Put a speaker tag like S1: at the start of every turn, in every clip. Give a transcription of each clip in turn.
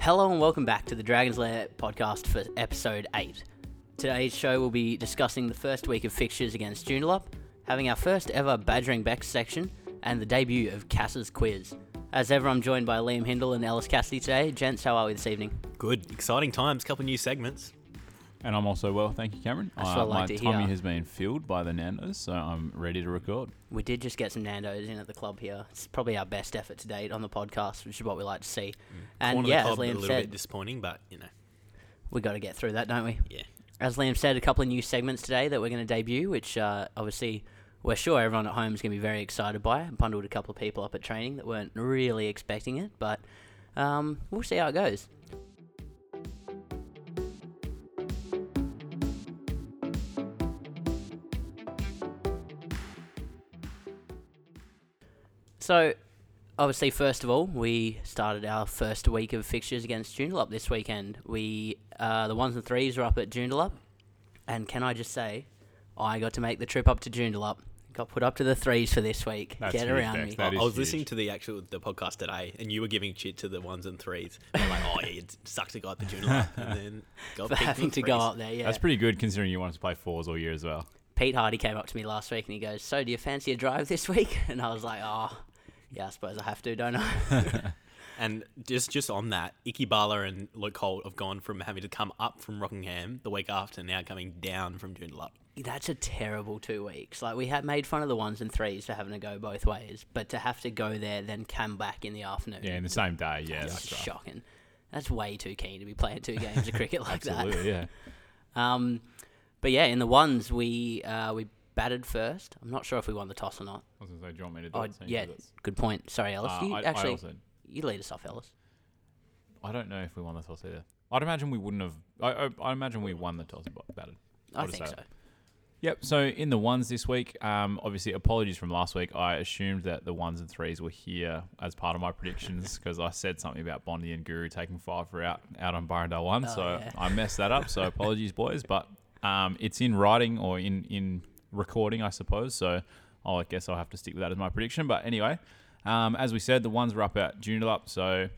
S1: Hello and welcome back to the Dragon's Lair podcast for episode 8. Today's show will be discussing the first week of fixtures against Joondalup, having our first ever Badgering Beck section, and the debut of Cass's Quiz. As ever, I'm joined by Liam Hindle and Ellis Cassidy today. Gents, how are we this evening?
S2: Good, exciting times. Couple new segments.
S3: And I'm also well, thank you, Cameron. Uh,
S1: That's what I like
S3: my
S1: to hear.
S3: tummy has been filled by the Nando's, so I'm ready to record.
S1: We did just get some Nando's in at the club here. It's probably our best effort to date on the podcast, which is what we like to see. And
S2: Mm. Corner
S1: yeah,
S2: of
S1: as
S2: the club, a
S1: Liam
S2: little bit
S1: said,
S2: disappointing, but you know,
S1: we got to get through that, don't we?
S2: yeah.
S1: As Liam said, a couple of new segments today that we're going to debut, which uh, obviously we're sure everyone at home is going to be very excited by. I bundled a couple of people up at training that weren't really expecting it, but um, we'll see how it goes. So, obviously, first of all, we started our first week of fixtures against Joondalup this weekend. We uh, the ones and threes were up at Joondalup, and can I just say, I got to make the trip up to Joondalup. Got put up to the threes for this week.
S3: That's
S1: Get
S3: huge,
S1: around
S3: Dex.
S1: me.
S3: That
S2: I
S3: is
S2: was
S3: huge.
S2: listening to the actual the podcast today, and you were giving shit to the ones and threes. And I'm like, oh yeah, it sucks to go up the junior line, and then got
S1: for
S2: picked in
S1: having to go
S2: threes.
S1: up there. Yeah,
S3: That's pretty good considering you wanted to play fours all year as well.
S1: Pete Hardy came up to me last week and he goes, "So, do you fancy a drive this week?" And I was like, "Oh, yeah, I suppose I have to, don't I?"
S2: And just just on that, Icky Bala and Luke Holt have gone from having to come up from Rockingham the week after, now coming down from junior up.
S1: That's a terrible two weeks. Like we had made fun of the ones and threes for having to go both ways, but to have to go there then come back in the afternoon,
S3: Yeah, in the same day. Yeah,
S1: it's
S3: that's right.
S1: shocking. That's way too keen to be playing two games of cricket like that.
S3: Absolutely, yeah.
S1: Um, but yeah, in the ones we uh, we batted first. I'm not sure if we won the toss or not.
S3: I was going to say, do you want me to do
S1: Oh,
S3: it? seeing as
S1: yeah,
S3: it's-
S1: good point. Sorry, Ellis.
S3: Uh,
S1: you
S3: I,
S1: actually
S3: I, also,
S1: you lead us off, Ellis.
S3: I don't know if we won the toss either. I'd imagine we wouldn't have. I, I, I imagine we won the toss and bat- batted.
S1: I
S3: What is
S1: think so.
S3: that? Yep. So in the ones this week, um, obviously apologies from last week. I assumed that the ones and threes were here as part of my predictions because I said something about Bondi and Guru taking five for out out on Burrendale one. so
S1: yeah.
S3: I messed that up. So apologies, boys. But um, it's in writing or in in recording, I suppose. So I'll, I guess I'll have to stick with that as my prediction. But anyway, um, as we said, the ones were up at Joondalup. So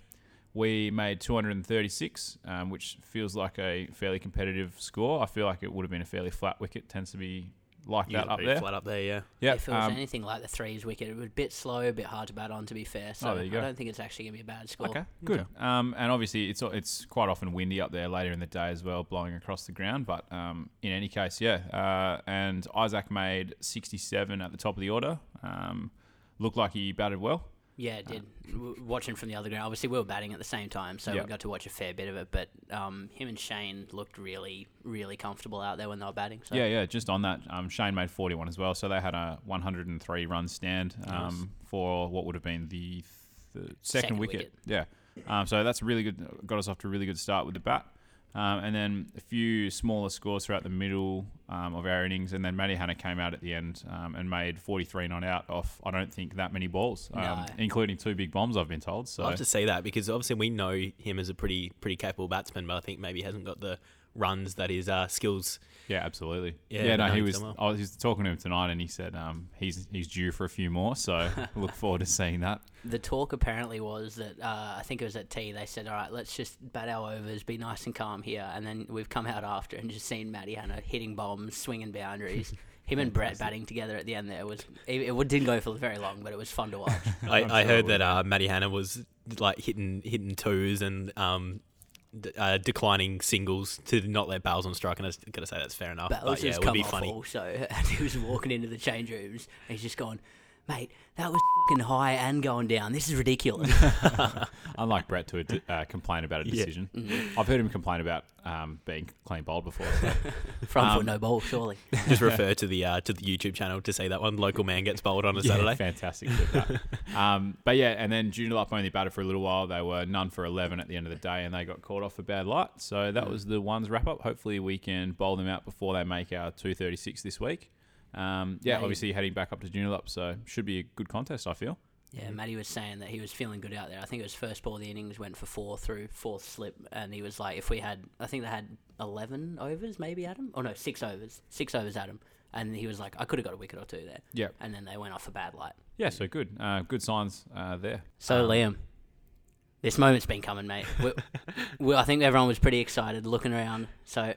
S3: we made 236, um, which feels like a fairly competitive score. I feel like it would have been a fairly flat wicket. Tends to be like
S2: You
S3: that
S2: got
S3: up
S2: pretty
S3: there.
S2: flat up there, yeah.
S3: Yeah. um,
S1: If it was anything like the threes wicket, it was a bit slow, a bit hard to bat on. To be fair, so
S3: Oh, there you
S1: I
S3: go.
S1: don't think it's actually gonna be a bad score.
S3: okay. Good. Um, and obviously, it's it's quite often windy up there later in the day as well, blowing across the ground. But um, in any case, yeah. Uh, and Isaac made 67 at the top of the order. Um, looked like he batted well.
S1: Yeah,
S3: Uh,
S1: it did. W- Watching from the other ground, obviously we were batting at the same time, so
S3: Yeah.
S1: we got to watch a fair bit of it. But um, him and Shane looked really, really comfortable out there when they were batting. So
S3: Yeah, yeah. Just on that, um, Shane made 41 as well. So they had a 103 run stand um, for what would have been the, th- second,
S1: Second
S3: wicket. Yeah. Um, so that's really good. Got us off to a really good start with the bat. Um, and then a few smaller scores throughout the middle um, of our innings. And then Matty Hanna came out at the end um, and made 43 not out off, I don't think, that many balls, um,
S1: No.
S3: including two big bombs, I've been told. So
S2: I have to say that because obviously we know him as a pretty pretty capable batsman, but I think maybe he hasn't got the runs that his uh, skills.
S3: Yeah, absolutely.
S2: Yeah,
S3: Yeah,
S2: we
S3: no,
S2: know
S3: he
S2: him
S3: was.
S2: so well.
S3: I was just talking to him tonight, and he said um, he's he's due for a few more. So look forward to seeing that.
S1: the talk apparently was that uh, I think it was at tea. They said, "All right, let's just bat our overs, be nice and calm here." And then we've come out after and just seen Matty Hanna hitting bombs, swinging boundaries. Him and Brett batting together at the end there was e, it, it didn't go for very long, but it was fun to watch.
S2: I,
S3: I'm
S2: I
S3: sure
S2: heard
S3: it
S2: that uh, Matty Hanna was like hitting hitting twos and um, d- uh, declining singles to not let Bowles on strike, and I was gonna say that's fair enough.
S1: But
S2: but
S1: yeah, just
S2: yeah, it would
S1: come
S2: be
S1: off
S2: funny.
S1: also, and he was walking into the change rooms, and he's just going, "Mate, that was fucking high and going down. This is ridiculous."
S3: Unlike Brett to uh, complain about a
S2: Yeah.
S3: decision, I've heard him complain about um, being clean bowled before. So.
S1: Front
S2: Um,
S1: foot, no ball, surely.
S2: Just refer to the uh, to the YouTube channel to see that one. Local man gets bowled on a Saturday.
S3: fantastic. clip, that. um, but yeah, and then Junior Lop only batted for a little while. They were none for eleven at the end of the day, and they got called off for bad light. So that was the ones wrap up. Hopefully, we can bowl them out before they make our two thirty six this week. Um, yeah,
S1: Maybe.
S3: obviously heading back up to Junior Lop, so should be a good contest. I feel.
S1: Yeah, Matty was saying that he was feeling good out there. I think it was first ball of the innings went for four through fourth slip, and he was like, if we had, I think they had eleven overs, maybe Adam, or no, six overs, six overs, Adam, and he was like, I could have got a wicket or two there.
S3: Yeah.
S1: and then they went off a bad light.
S3: Yeah, so good. Uh, good signs uh, there.
S1: So Liam, this moment's been coming, mate. We, we, I think everyone was pretty excited looking around. So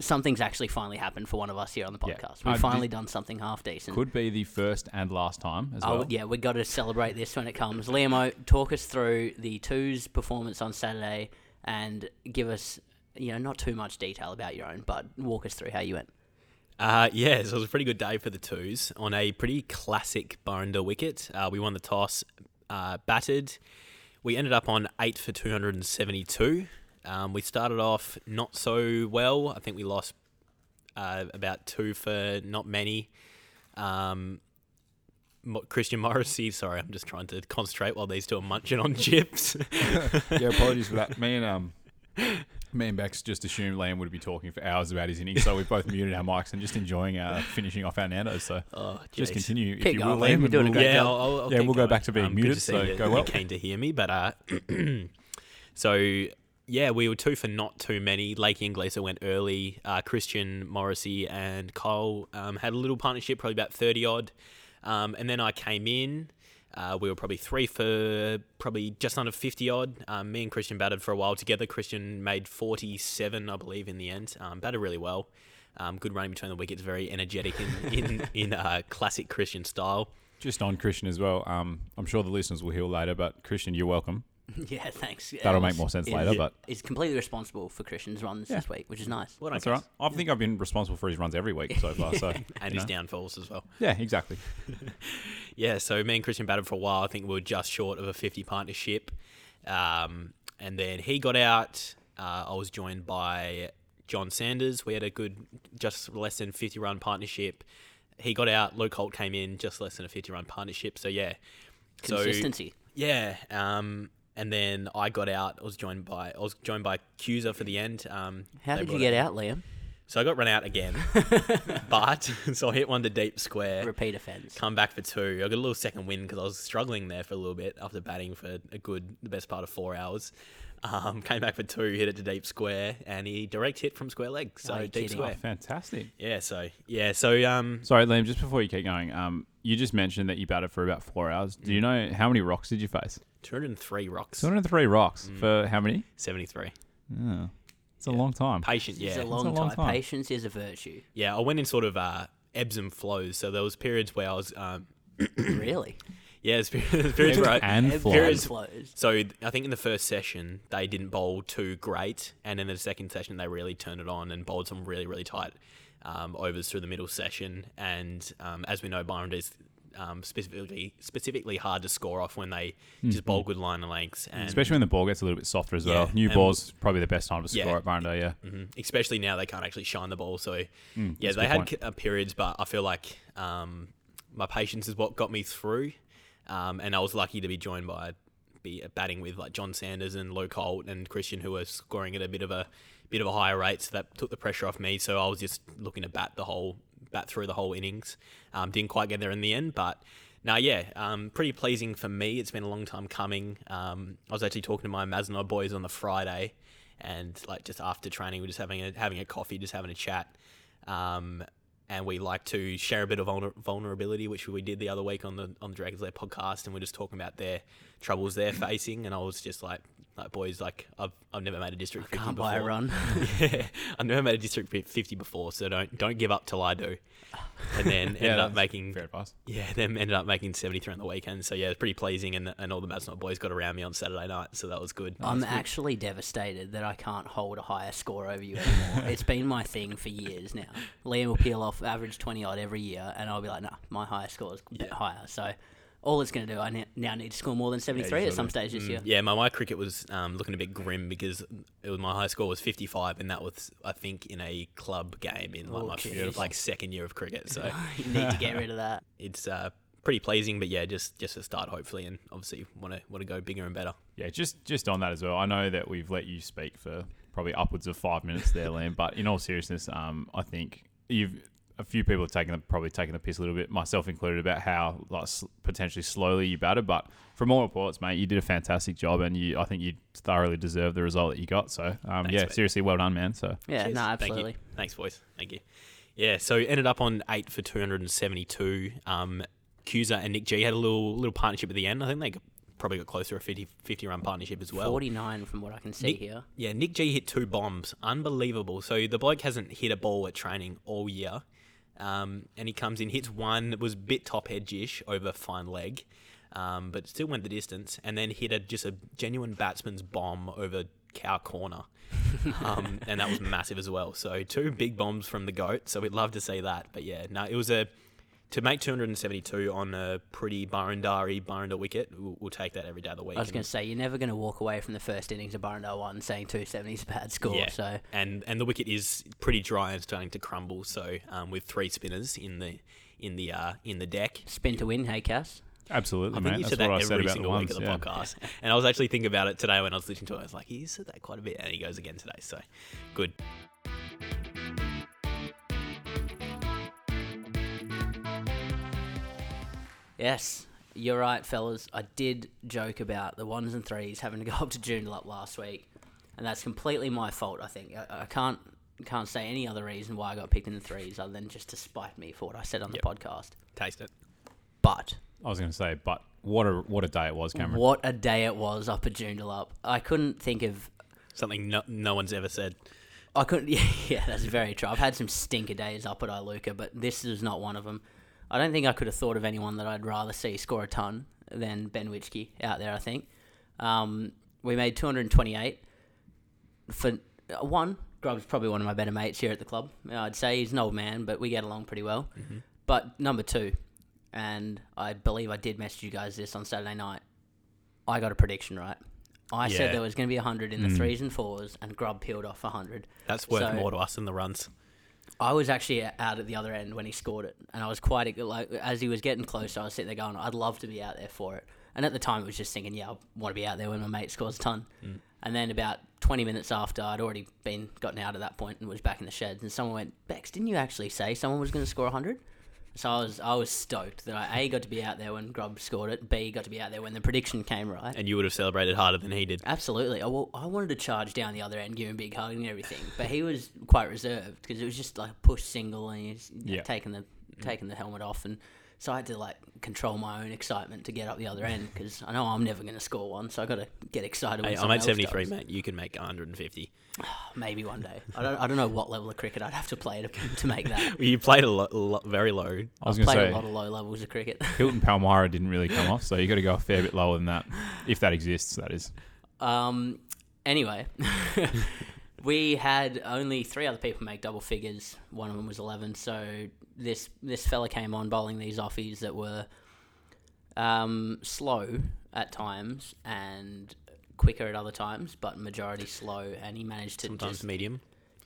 S1: something's actually finally happened for one of us here on the
S3: Yeah.
S1: podcast.
S3: Uh,
S1: We've
S3: did-
S1: finally done something half decent.
S3: Could be the first and last time as
S1: Oh
S3: well.
S1: yeah, we got to celebrate this when it comes. Liamo, talk us through the twos performance on Saturday and give us, you know, not too much detail about your own, but walk us through how you went.
S2: Uh, yeah, so it was a pretty good day for the twos on a pretty classic Burnder wicket. Uh, we won the toss, uh, batted. We ended up on eight for 272. Um, we started off not so well. I think we lost uh, about two for not many. Um, Mo- Christian Morrissey, sorry, I'm just trying to concentrate while these two are munching on chips.
S3: yeah, apologies for that. Me and um, me and Bex just assumed Liam would be talking for hours about his innings, so we both muted our mics and just enjoying uh, finishing off our Nando's. So
S2: oh,
S3: just
S2: jeez.
S3: continue if
S1: Keep
S3: you
S1: going,
S3: will,
S1: Liam,
S3: Liam.
S1: you're
S3: and
S1: doing a
S3: we'll-
S1: great
S2: yeah,
S1: job.
S2: I'll, I'll, I'll
S3: Yeah,
S2: keep
S3: we'll go
S2: going. Um,
S3: back Um, to being
S2: good
S3: muted,
S2: see
S3: so
S2: that
S3: go
S2: you're
S3: well.
S2: Keen to hear me, but uh, so yeah, we were two for not too many. Lakey and Gleeson went early. Uh, Christian Morrissey and Kyle um, had a little partnership, probably about thirty odd, um, and then I came in. Uh, we were probably three for probably just under 50 odd. Um, me and Christian batted for a while together. Christian made 47, I believe, in the end. Um, batted really well. Um, good running between the wickets, very energetic in, in, in uh, classic Christian style.
S3: Just on Christian as well. Um, I'm sure the listeners will hear later, but Christian, you're welcome.
S1: yeah, thanks.
S3: That'll
S1: Ellis
S3: make more sense
S1: is-
S3: later, but
S1: is completely responsible for Christian's runs this week, which is nice.
S2: Well done,
S3: that's all right.
S2: Chris.
S3: I think I've been responsible for his runs every week so far. So
S2: And
S3: you
S2: his
S3: know.
S2: downfalls as well.
S3: yeah, exactly.
S2: Yeah, so me and Christian batted for a while. I think we were just short of a 50 partnership. Um, and then he got out. Uh, I was joined by John Sanders. We had a good, just less than 50 run partnership. He got out. Luke Holt came in, just less than a 50 run partnership. So, yeah. So,
S1: Consistency.
S2: yeah, um, and then I got out. I was joined by I was joined by Cuser for the end. Um,
S1: how
S2: they
S1: did you
S2: brought
S1: get
S2: it-
S1: out, Liam?
S2: So I got run out again, but so I hit one to deep square.
S1: Repeat offence.
S2: Come back for two. I got a little second win because I was struggling there for a little bit after batting for a good, the best part of four hours. Um, came back for two, hit it to deep square, and he direct hit from square leg. So
S1: Are you
S2: deep
S1: kidding?
S2: square.
S3: Oh, Fantastic.
S2: Yeah. So yeah. So um,
S3: Sorry, Liam. Just before you keep going, um, you just mentioned that you batted for about four hours. Do you know how many rocks did you face?
S2: two hundred and three rocks,
S3: 203 rocks
S2: Mm.
S3: for how many?
S2: seventy three.
S3: Yeah. It's a long time.
S2: Patient.
S1: It's
S2: Yeah.
S1: a long,
S3: long
S1: time.
S3: time.
S1: Patience is a virtue.
S2: Yeah. I went in sort of uh, ebbs and flows. So there was periods where I was um,
S1: really?
S2: yeah, there's periods, there's periods where I,
S3: and
S1: Ebbs
S3: flows.
S1: and
S2: Periods-
S1: flows.
S2: So th- I think in the first session they didn't bowl too great, and in the second session they really turned it on and bowled some really really tight um, overs through the middle session. And um, as we know, Byron is um, specifically specifically hard to score off when they just bowl good line of lengths, and
S3: Especially when the ball gets a little bit softer as well.
S2: Yeah,
S3: New
S2: and-
S3: ball's probably the best time to
S2: Yeah.
S3: score at Barndale, yeah.
S2: Mhm. especially now they can't actually shine the ball. So yeah,
S3: Mm, that's a
S2: they
S3: good
S2: had
S3: point.
S2: c- uh, periods, but I feel like um, my patience is what got me through, um, and I was lucky to be joined by be batting with like John Sanders and Luke Holt and Christian, who were scoring at a bit of a bit of a higher rate. So that took the pressure off me. So I was just looking to bat the whole bat through the whole innings. Um, didn't quite get there in the end, but. Now, yeah, um, pretty pleasing for me. It's been a long time coming. Um, I was actually talking to my Masnod boys on the Friday, and like just after training, we're just having a having a coffee, just having a chat, um, and we like to share a bit of vulner- vulnerability, which we did the other week on the on the Dragons Lair podcast, and we're just talking about their troubles they're facing, and I was just like, like boys, like I've I've never made a district 50
S1: Can't
S2: before.
S1: buy a run.
S2: yeah, I've never made a district 50 before, so don't don't give up till I do, and then ended up
S3: that's
S2: making
S3: Fair advice.
S2: yeah, them ended up making 73 on the weekend. So yeah, it's pretty pleasing, and and all the Masnot boys got around me on Saturday night, so that was good.
S1: I'm actually devastated that I can't hold a higher score over you anymore. it's been my thing for years now. Liam will peel off average 20 odd every year, and I'll be like, nah, my higher score is a bit higher. So all it's going to do, I ne- now need to score more than 73 at some stage this year.
S2: Hmm. Yeah, my my cricket was um, looking a bit grim because it was my high score was 55, and that was I think in a club game in like
S1: Oh,
S2: my f-
S1: jeez.
S2: like second year of cricket. So
S1: you need to get rid of that.
S2: it's uh, pretty pleasing, but yeah, just just a start hopefully, and obviously want to want to go bigger and better.
S3: Yeah, just just on that as well. I know that we've let you speak for probably upwards of five minutes there, Liam. But in all seriousness, um, I think you've a few people have taken the, probably taken the piss a little bit, myself included, about how like s- potentially slowly you batted. But from all reports, mate, you did a fantastic job, and you I think you thoroughly deserved the result that you got. So um, yeah,
S2: mate.
S3: seriously, well done, man. So
S1: Yeah,
S2: Cheers.
S1: no,
S2: Thank you.
S1: absolutely.
S2: Thanks, boys. Thank you. Yeah, so ended up on eight for 272. Um, Cusa and Nick G had a little little partnership at the end. I think they got- probably got closer to a 50, 50 run partnership as well.
S1: 49 from what I can see
S2: Nick-
S1: here.
S2: Yeah, Nick G hit two bombs. Unbelievable. So the bloke hasn't hit a ball at training all year. Um, and he comes in, hits one that was a bit top edge ish over fine leg, um, but still went the distance, and then hit a just a genuine batsman's bomb over cow corner. um, and that was massive as well. So two big bombs from the GOAT. So we'd love to see that. But yeah, no, it was a. To make 272 on a pretty Barandari Baranda wicket, we'll, we'll take that every day of the week.
S1: I was
S2: And-
S1: going to say, you're never going to walk away from the first innings of Burrendale 1 saying 270 is a bad score. So,
S2: and and the wicket is pretty dry and starting to crumble. So um, with three spinners in the in the uh, in the deck,
S1: spin to win, hey, Cass?
S3: absolutely,
S2: I
S3: mate.
S2: think you
S3: That's
S2: said that
S3: what I
S2: every
S3: said about the
S2: single week
S3: ones.
S2: of the
S3: yeah.
S2: podcast. And I was actually thinking about it today when I was listening to it. I was like, he said that quite a bit, and he goes again today. So good.
S1: Yes, you're right, fellas. I did joke about the ones and threes having to go up to Joondalup last week, and that's completely my fault. I think I, I can't can't say any other reason why I got picked in the threes other than just to spite me for what I said on
S2: Yep.
S1: the podcast.
S2: Taste it.
S1: But
S3: I was going to say, but what a what a day it was, Cameron.
S1: what a day it was up at Joondalup. I couldn't think of.
S2: Something no, no one's ever said.
S1: I couldn't. Yeah, yeah, that's very true. I've had some stinker days up at Iluka, but this is not one of them. I don't think I could have thought of anyone that I'd rather see score a ton than Ben Witschke out there. I think um, we made 228 for uh, one. Grubb's probably one of my better mates here at the club. You know, I'd say he's an old man, but we get along pretty well. But number two, and I believe I did message you guys this on Saturday night. I got a prediction right. I
S2: Yeah.
S1: said there was going to be 100 in the threes and fours, and Grubb peeled off 100.
S2: That's worth
S1: So-
S2: more to us than the runs.
S1: I was actually out at the other end when he scored it, and I was quite like as he was getting close. I was sitting there going, "I'd love to be out there for it." And at the time, it was just thinking, "Yeah, I want to be out there when my mate scores a ton." And then about twenty minutes after, I'd already been gotten out at that point and was back in the sheds. And someone went, "Bex, didn't you actually say someone was going to score hundred? So I was I was stoked that I a got to be out there when Grubb scored it, b got to be out there when the prediction came right.
S2: And you would have celebrated harder than he
S1: Uh,
S2: did.
S1: Absolutely. I, well, I wanted to charge down the other end, give him a big hug and everything, but he was quite reserved because it was just like a push single and he's
S3: Yeah.
S1: taking the taking the helmet off, and so I had to like control my own excitement to get up the other end because I know I'm never going to score one, so I got to get excited. When
S2: Hey, I
S1: someone
S2: made
S1: else
S2: 73,
S1: does.
S2: mate. You can make 150.
S1: Maybe one day. I don't. I don't know what level of cricket I'd have to play to, to make that.
S2: You played a lo- lo- very low.
S3: I was
S1: Played
S3: going to
S1: a lot
S3: say,
S1: of low levels of cricket.
S3: Hilton Palmyra didn't really come off, so you got to go a fair bit lower than that, if that exists. That is.
S1: Um, anyway, we had only three other people make double figures. One of them was eleven. So this this fella came on bowling these offies that were um, slow at times and quicker at other times, but majority slow. And he managed to
S2: Sometimes
S1: just
S2: medium.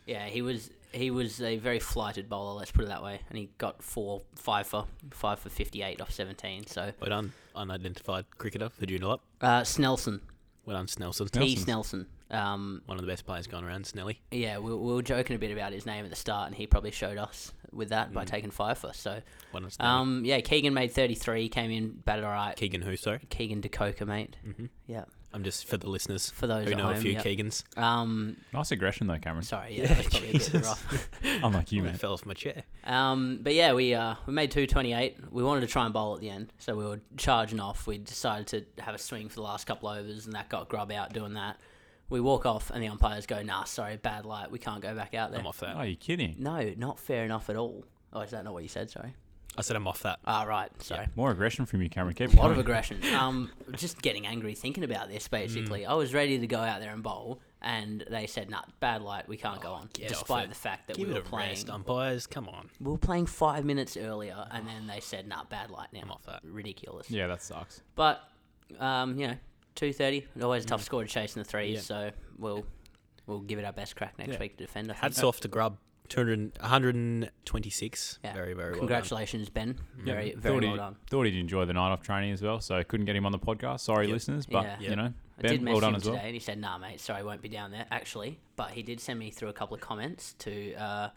S1: yeah he was he was a very flighted bowler. Let's put it that way. And he got four five for five for fifty eight off seventeen. So
S2: Well done, unidentified cricketer for Joondalup.
S1: uh, Snelson,
S2: Well done, Snelson.
S1: T. Snelson. Um,
S2: One of the best players going around, Snelly.
S1: Yeah, we, we were joking a bit about his name at the start, and he probably showed us with that by taking five for us. So,
S2: One of Snelly.
S1: um, yeah, Keegan made 33, came in, batted all right.
S2: Keegan who, sorry?
S1: Keegan DeCoca, mate. Mm-hmm. Yeah.
S2: I'm just for the listeners
S1: For those
S2: who
S1: at
S2: know a
S1: home,
S2: few
S1: yep.
S2: Keegans.
S1: Um,
S3: Nice aggression though, Cameron.
S1: sorry, yeah, that was probably a bit
S2: Jesus.
S1: rough.
S3: Unlike you,
S2: I
S3: man.
S2: fell off my chair.
S1: Um, but yeah, we uh, we made 228. We wanted to try and bowl at the end, so we were charging off. We decided to have a swing for the last couple overs, and that got Grub out doing that. We walk off, and the umpires go, nah, sorry, bad light. We can't go back out there.
S2: I'm off that.
S3: Are you Oh, kidding?
S1: No, not fair enough at all. Oh, is that not what you said? Sorry.
S2: I said I'm off that.
S1: Ah, right. Sorry.
S3: More aggression from you, Cameron. Keep
S1: A lot of
S3: going.
S1: aggression. Um, just getting angry thinking about
S2: Mm.
S1: this. Basically, I was ready to go out there and bowl, and they said, "Nah, bad light. We can't go on."
S2: Oh, get off
S1: Despite
S2: it.
S1: the fact that
S2: Give
S1: we
S2: it
S1: were
S2: a
S1: playing,
S2: rest, umpires. Come on.
S1: we were playing five minutes earlier, and then they said, "Nah, bad light." Now I'm
S2: off that.
S1: Ridiculous.
S3: Yeah, that sucks.
S1: But, um, you know, two thirty. Always a tough
S2: Mm.
S1: score to chase in the threes. So we'll we'll give it our best crack next
S2: Yeah.
S1: week to defend. I think.
S2: Hats off to Grub. 200, 126.
S1: Yeah.
S2: Very, very well. Done.
S1: Congratulations, Ben. Very,
S3: thought
S1: very
S3: he,
S1: well done.
S3: Thought he'd enjoy the night off training as well, so couldn't get him on the podcast. Sorry, listeners, but
S1: Yeah.
S3: you know,
S1: I
S3: Ben,
S1: did message
S3: well done
S1: him
S3: as
S1: today,
S3: well.
S1: and he said, "Nah, mate, sorry, I won't be down there actually." But he did send me through a couple of comments to uh,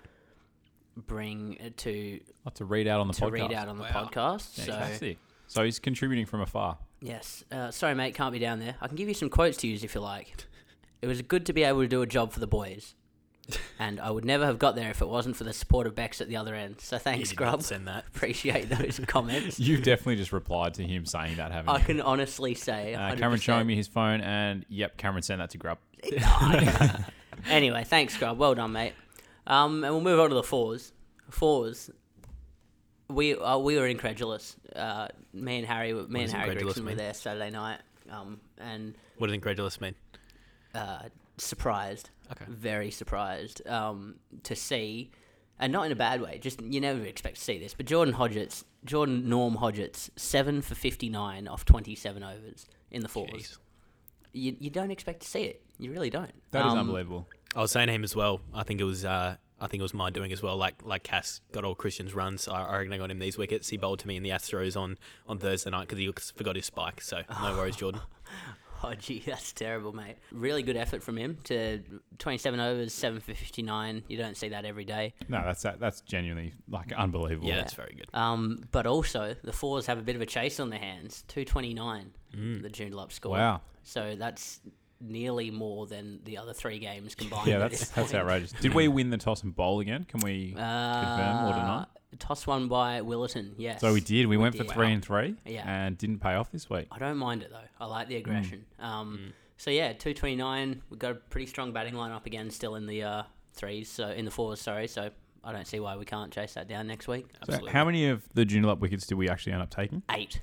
S1: bring to
S3: I'll have to read out on the
S1: to
S3: podcast.
S1: read out on the
S2: Wow.
S1: podcast. So
S3: Fantastic. So he's contributing from afar.
S1: yes, uh, sorry mate, can't be down there. I can give you some quotes to use if you like. It was good to be able to do a job for the boys, and I would never have got there if it wasn't for the support of Bex at the other end. So
S2: You
S1: thanks,
S2: did not
S1: Grub.
S2: Send that.
S1: Appreciate those comments.
S3: You've definitely just replied to him saying that, haven't
S1: I
S3: you?
S1: can honestly say,
S3: Uh,
S1: 100%.
S3: Cameron showing me his phone, and yep, Cameron sent that to Grub.
S1: anyway, thanks, Grub. Well done, mate. Um, and we'll move on to the fours. Fours. We uh, we were incredulous. Uh, me and Harry, were- me and
S2: does
S1: Harry
S2: incredulous
S1: Gregson were
S2: mean?
S1: there Saturday night, um, and
S2: What does incredulous mean?
S1: uh, surprised,
S2: Okay.
S1: very surprised um, to see, and not in a bad way. Just you never expect to see this, but Jordan Hodgetts, Jordan Norm Hodgetts, seven for fifty nine off twenty seven overs in the fours.
S2: Jeez.
S1: You, you don't expect to see it. You really don't.
S3: That is
S1: Um,
S3: unbelievable.
S2: I was saying to him as well. I think it was. Uh, I think it was my doing as well. Like like Cass got all Christian's runs. I, I reckon I got him these wickets. He bowled to me in the Astros on on Thursday night because he forgot his spike. So no worries, Jordan.
S1: Oh, gee, that's terrible, mate. Really good effort from him to 27 overs, 7 for 59. You don't see that every day.
S3: No, that's that, that's genuinely like unbelievable.
S2: Yeah, that's very good.
S1: Um, but also, the fours have a bit of a chase on their hands 229, the Joondalup score.
S3: Mm. Wow.
S1: So that's nearly more than the other three games combined.
S3: Yeah,
S1: at
S3: that's
S1: this
S3: that's
S1: point.
S3: outrageous. Did we win the toss and bowl again? Can we confirm or deny?
S1: Uh, Toss one by Willerton, yes.
S3: So we did. We, went for
S1: did.
S3: three
S1: Wow.
S3: and three,
S1: Yeah.
S3: and didn't pay off this week.
S1: I don't mind it though. I like
S3: Mm.
S1: the aggression. Um, So yeah, two twenty nine. We've got a pretty strong batting lineup again, still in the uh, threes, so in the fours. Sorry, so I don't see why we can't chase that down next week.
S3: So
S2: Absolutely.
S3: how many of the junior up wickets did we actually end up taking?
S1: Eight.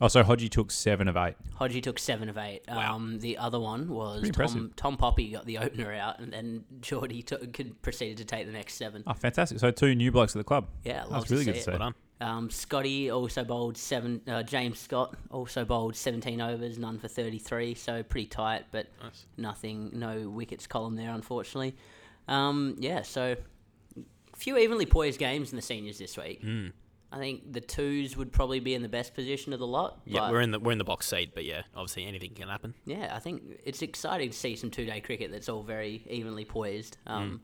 S3: Oh, so Hodgie took seven of eight.
S1: Hodgie took seven of eight.
S2: Wow.
S1: Um, the other one was
S3: Pretty
S1: Tom,
S3: impressive.
S1: Tom Poppy got the opener out, and then Geordie took, could, proceeded to take the next seven.
S3: Oh, fantastic! So two new blokes at the club.
S1: Yeah,
S3: that's
S1: love
S3: really
S1: to
S3: good to
S1: see
S3: see.
S1: it.
S2: Well done.
S1: Um, Scotty also bowled seven. Uh, James Scott also bowled seventeen overs, none for thirty three. So pretty tight, but
S2: Nice.
S1: nothing, no wickets column there, unfortunately. Um, yeah, so few evenly poised games in the seniors this week.
S2: Hmm.
S1: I think the twos would probably be in the best position of the lot.
S2: Yeah,
S1: but
S2: we're in the we're in the box seat, but yeah, obviously anything can happen.
S1: yeah, I think it's exciting to see some two day cricket that's all very evenly poised.
S2: Hmm.
S1: Um,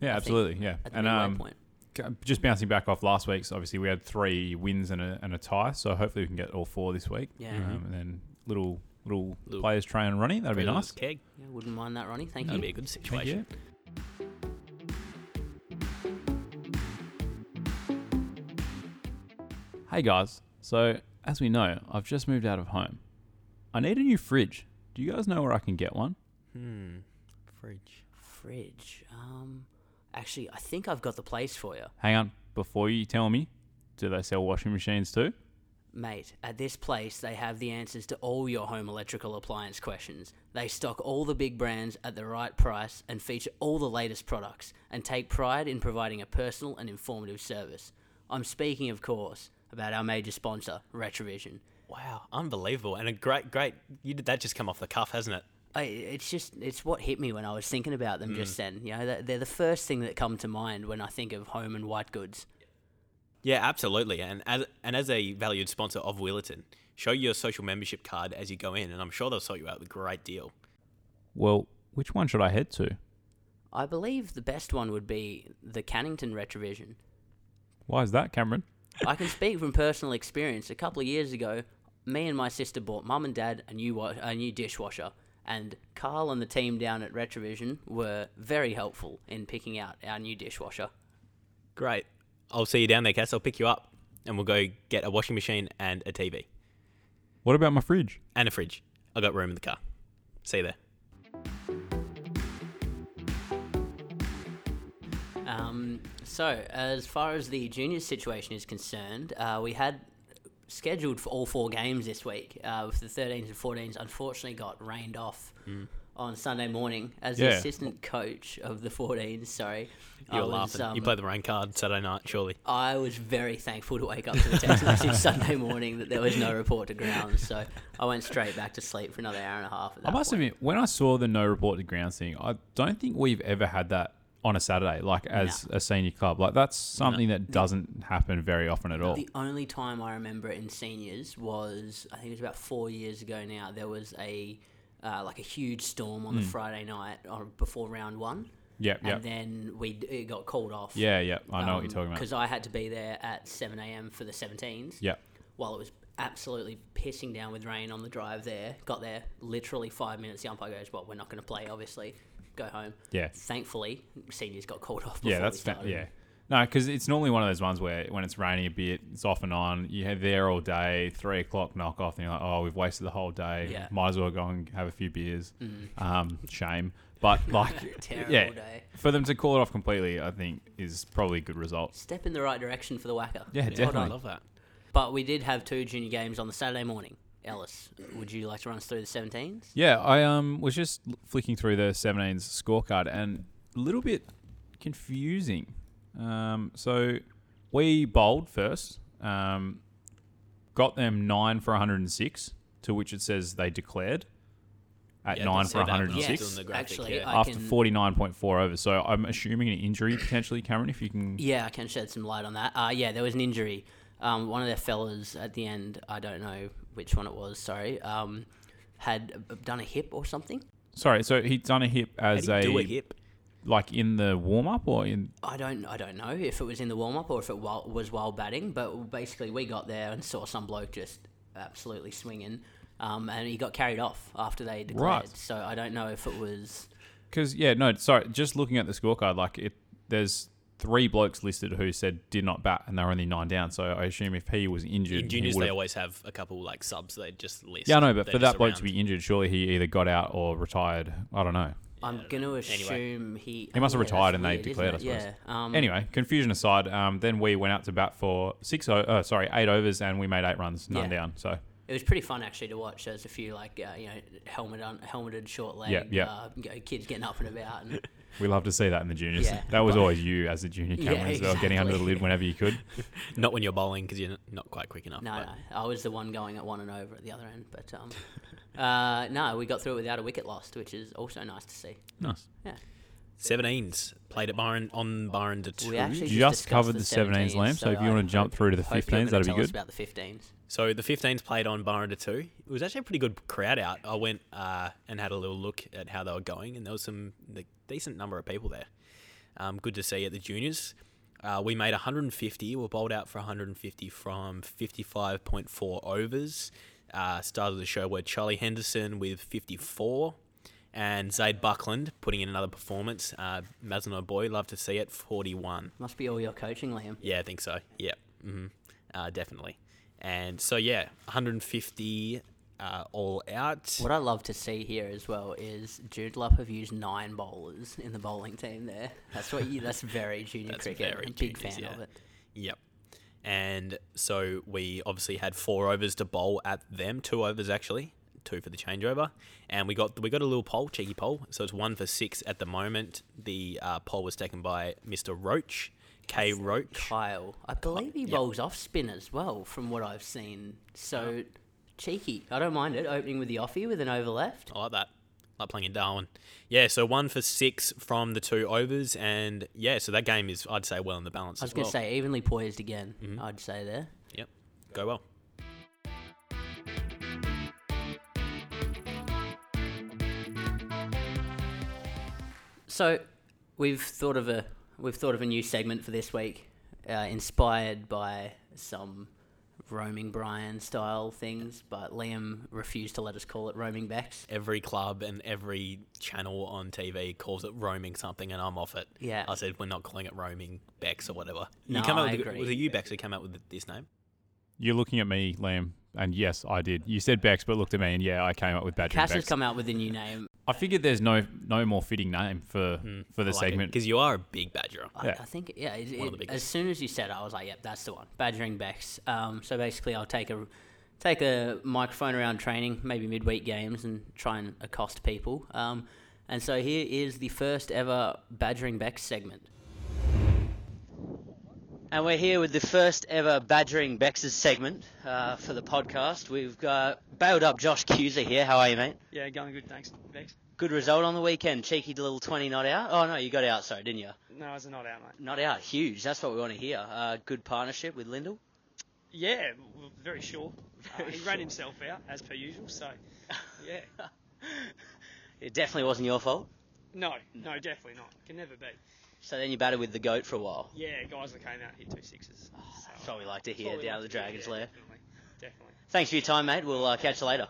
S3: Yeah, absolutely. Yeah,
S1: At the
S3: and
S1: midway
S3: um,
S1: point.
S3: g- just bouncing back off last week's. Obviously, we had three wins and a, and a tie. So hopefully, we can get all four this week.
S1: Yeah.
S2: Mm-hmm.
S3: um, and then little little,
S2: Little-
S3: players train running. That'd be
S2: Really
S3: nice.
S2: Keg.
S1: Yeah, wouldn't mind that, Ronnie. Thank
S2: That'd
S1: you.
S2: be a good
S3: Thank
S2: situation.
S3: you. Hey guys, so as we know, I've just moved out of home. I need a new fridge. Do you guys know where I can get one?
S2: Hmm. Fridge.
S1: Fridge. Um, actually, I think I've got the place for you.
S3: Hang on, before you tell me, do they sell washing machines too?
S1: Mate, at this place, they have the answers to all your home electrical appliance questions. They stock all the big brands at the right price and feature all the latest products and take pride in providing a personal and informative service. I'm speaking, of course, about our major sponsor, Retrovision.
S2: Wow, unbelievable, and a great great. You did that just come off the cuff, hasn't it?
S1: I, it's just, it's what hit me when I was thinking about them just then. You know, they're, they're the first thing that come to mind when I think of home and white goods.
S2: Yeah, absolutely. And as and as a valued sponsor of Willerton, show your social membership card as you go in, and I'm sure they'll sort you out with a great deal.
S3: Well, which one should I head to?
S1: I believe the best one would be the Cannington Retrovision.
S3: Why is that, Cameron?
S1: I can speak from personal experience. A couple of years ago, me and my sister bought mum and dad a new wa- a new dishwasher, and Carl and the team down at Retrovision were very helpful in picking out our new dishwasher.
S2: Great. I'll see you down there, Cass. I'll pick you up, and we'll go get a washing machine and a TV
S3: What about my fridge?
S2: and a fridge. I got room in the car. See you there.
S1: Um, so, as far as the juniors situation is concerned, uh, we had scheduled for all four games this week. Uh, with the 13s and 14s, unfortunately, got rained off
S2: Mm.
S1: on Sunday morning. As the
S3: Yeah.
S1: assistant coach of the 14s, sorry, I
S2: You're
S1: was,
S2: laughing.
S1: um,
S2: you play the rain card Saturday night, surely.
S1: I was very thankful to wake up to the text message Sunday morning that there was no report to ground, so I went straight back to sleep for another hour and a half. At that
S3: I must
S1: point.
S3: admit, when I saw the no report to grounds thing, I don't think we've ever had that on a Saturday, like as a senior club. Like that's something that doesn't happen very often at all.
S1: The only time I remember it in seniors was I think it was about four years ago now. There was a uh, like a huge storm on the Friday night or uh, before round one,
S3: Yep,
S1: and
S3: Hmm. yep.
S1: then Um, we d- it got called off.
S3: Yeah, yeah. I know what you're talking about.
S1: Because I had to be there at 7 a.m. for the 17s.
S3: Yep.
S1: While it was absolutely pissing down with rain on the drive there, got there literally five minutes. The umpire goes, "Well, we're not going to play, obviously. Go home."
S3: Yeah.
S1: Thankfully, seniors got called off. Before
S3: Yeah, that's
S1: we
S3: fa-
S1: started.
S3: yeah. No, because it's normally one of those ones where when it's raining a bit, it's off and on. You're there all day, three o'clock knock off, and you're like, oh, we've wasted the whole day.
S1: Yeah. Mm-hmm.
S3: Might as well go and have a few beers. Um, shame. But, like,
S1: Terrible
S3: yeah,
S1: day.
S3: for them to call it off completely, I think is probably a good result.
S1: Step in the right direction for the whacker.
S3: Yeah,
S1: Well
S3: definitely.
S2: I
S1: done.
S2: love that.
S1: But we did have two junior games on the Saturday morning. Ellis, would you like to run us through the 17s?
S3: Yeah, I um was just l- flicking through the 17s scorecard and a little bit confusing. Um, so we bowled first, um, got them nine for 106, to which it says they declared at
S2: Yeah, they
S3: nine for
S2: said that when I was
S3: 106
S2: doing the graphic,
S1: actually,
S2: yeah.
S1: I
S3: after
S1: can,
S3: 49.4 over. So I'm assuming an injury potentially, Cameron. If you can,
S1: Yeah, I can shed some light on that. Uh, yeah, there was an injury. Um, one of their fellas at the end, I don't know which one it was, sorry, um, had uh, done a hip or something.
S3: sorry. So he'd done a hip as
S2: How do you do a hip?
S3: like in the warm up or in
S1: I don't, I don't know if it was in the warm up or if it wa- was while batting. But basically, we got there and saw some bloke just absolutely swinging, um, and he got carried off after they declared.
S3: Right.
S1: So I don't know if it was.
S3: Because yeah, no, sorry. Just looking at the scorecard, like it, there's three blokes listed who said did not bat, and they were only nine down. So I assume if he was injured,
S2: In
S3: he
S2: juniors,
S3: would've-
S2: they always have a couple like subs they just list.
S3: yeah, I know. But
S2: They're
S3: for
S2: just
S3: that bloke to
S2: around.
S3: be injured, surely he either got out or retired. I don't know.
S1: I'm going to assume he. oh,
S3: He must have
S1: yeah, that's
S3: retired and they
S1: weird, isn't
S3: declared,
S1: it?
S3: I suppose.
S1: Yeah. Um,
S3: Anyway, confusion aside, um, then we went out to bat for six. o- Uh, sorry, eight overs, and we made eight runs, none
S1: Yeah.
S3: down. So
S1: It was pretty fun actually to watch. There's a few like uh, you know helmet on, helmeted short leg
S3: Yeah, yeah.
S1: Uh, you know, kids getting up and about. And,
S3: we love to see that in the juniors.
S1: Yeah.
S3: that was always you as a junior,
S1: Yeah,
S3: Cameron, as well, getting under the
S1: exactly.
S3: lid whenever you could.
S2: not when you're bowling because you're n- not quite quick enough.
S1: no,
S2: but-
S1: no, I was the one going at one and over at the other end. But um, uh, no, we got through it without a wicket lost, which is also nice to see.
S3: Nice.
S1: Yeah,
S2: 17s played at Byron on Byron to two.
S1: we actually
S3: You just
S1: discussed
S3: covered the 17s, Lamb, so if you
S1: I
S3: wanna jump
S1: hope-
S3: through to the
S1: hope you're
S3: 15s,
S1: gonna
S3: that'd be
S1: tell us
S3: good.
S1: About the 15s,
S2: So the 15s played on Byron to two. It was actually a pretty good crowd out. I went uh, and had a little look at how they were going, and there was some like, decent number of people there. Um, good to see at the juniors. Uh, we made 150. We were bowled out for 150 from 55.4 overs. Uh, stars of the show were Charlie Henderson with 54 and Zaid Buckland putting in another performance. Uh, Mazanoy boy, love to see it, 41.
S1: must be all your coaching, Liam.
S2: Yeah, I think so. Yeah, mm uh, definitely. And so yeah, 150 uh, all out.
S1: What I love to see here as well is Jude Lupp have used nine bowlers in the bowling team there. That's what you, that's very junior
S2: That's
S1: cricket.
S2: very
S1: I'm a big
S2: juniors,
S1: fan
S2: yeah.
S1: of it.
S2: Yep. And so we obviously had four overs to bowl at them, two overs actually, two for the changeover, and we got we got a little poll, cheeky poll. So it's one for six at the moment. The uh, poll was taken by Mr. Roach, K. Roach.
S1: Kyle. I believe he
S2: yep.
S1: bowls off spin as well, from what I've seen.
S2: Uh-huh.
S1: So cheeky. I don't mind it. Opening with the offie with an over left.
S2: I like that. Like playing in Darwin. Yeah, so one for six from the two overs, and yeah, so that game is I'd say well in the balance.
S1: I was
S2: as
S1: going to
S2: well. Mm-hmm.
S1: say evenly poised again. I'd say there.
S2: Yep. Go well.
S1: So we've thought of a we've thought of a new segment for this week, uh, inspired by some roaming Brian style things, but Liam refused to let us call it roaming backs.
S2: Every club and every channel on TV calls it roaming something, and I'm off it.
S1: Yeah.
S2: I said we're not calling it roaming Bex or whatever.
S1: No,
S2: you come out
S1: I
S2: with,
S1: agree.
S2: Was it you Bex who came out with this name?
S3: You're looking at me, Liam, and yes, I did. You said Bex, but looked at me, and yeah, I came up with Badger. and
S1: Cash has
S3: Bex.
S1: come out with a new name.
S3: I figured there's no no more fitting name for
S1: Hmm.
S3: for the segment.
S2: because you are a big badger.
S1: I,
S3: Yeah.
S1: I think yeah. It,
S2: One of
S1: it-
S2: the biggest.
S1: as soon as you said, it, I was like, "Yep, that's the one." Badgering Bex. Um, so basically, I'll take a take a microphone around training, maybe midweek games, and try and accost people. Um, and so here is the first ever Badgering Bex segment. And we're here with the first ever Badgering Bex's segment uh, for the podcast. We've got bailed up Josh Cuser here. How are you, mate?
S4: Yeah, going good, thanks. Thanks.
S1: Good result on the weekend. Cheeky little 20 not out. Oh, no, you got out, sorry, didn't you?
S4: No, it's not out, mate.
S1: Not out, huge. That's what we want to hear. Uh, good partnership with Lindell.
S4: Yeah, w- very sure. Uh,
S1: Very
S4: he
S1: sure.
S4: ran himself out as per usual, so yeah.
S1: It definitely wasn't your fault.
S4: No, no, definitely not. Can never be.
S1: So then you batted with the goat for a while.
S4: Yeah, guys that came out hit two sixes. So,
S1: That's what we like to
S4: that's what
S1: hear
S4: we
S1: down
S4: like
S1: at the
S4: to do,
S1: Dragon's
S4: yeah,
S1: Lair.
S4: Definitely. definitely.
S1: Thanks for your time, mate. We'll uh, catch you later.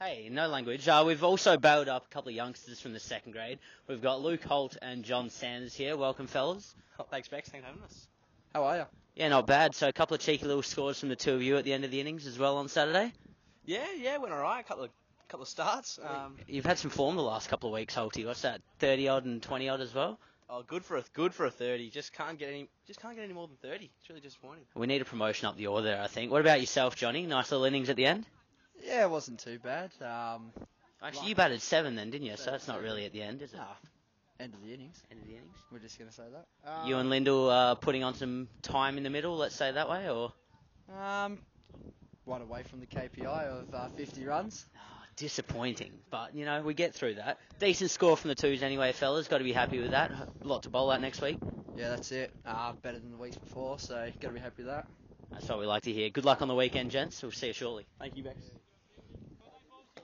S1: Hey, no language. Uh, we've also bailed up a couple of youngsters from the second grade. We've got Luke Holt and John Sanders here. Welcome, fellas.
S5: Thanks, Bex. Thanks for having us. How are you?
S1: Yeah, not bad. So a couple of cheeky little scores from the two of you at the end of the innings as well on Saturday.
S5: Yeah, yeah, went all right. A couple of couple of starts. Um,
S1: You've had some form the last couple of weeks, Holty. What's that? Thirty odd and twenty odd as well.
S5: oh, good for a good for a thirty. Just can't get any. Just can't get any more than thirty. It's really disappointing.
S1: We need a promotion up the order there, I think. What about yourself, Johnny? Nice little innings at the end.
S6: Yeah, it wasn't too bad. Um,
S1: Actually, you batted seven then, didn't you? So that's not really at the end, is it?
S6: nah, end of the innings.
S1: End of the innings.
S6: We're just gonna say that. Um,
S1: You and Lyndall uh, putting on some time in the middle, let's say that way, or
S6: um, one away from the KPI of uh, 50 runs.
S1: Oh, disappointing. But you know, we get through that. Decent score from the twos anyway, fellas. Got to be happy with that. Lot to bowl at next week.
S6: Yeah, that's it. Uh, better than the weeks before, so gotta be happy with that.
S1: That's what we like to hear. Good luck on the weekend, gents. We'll see you shortly.
S5: Thank you, Bex.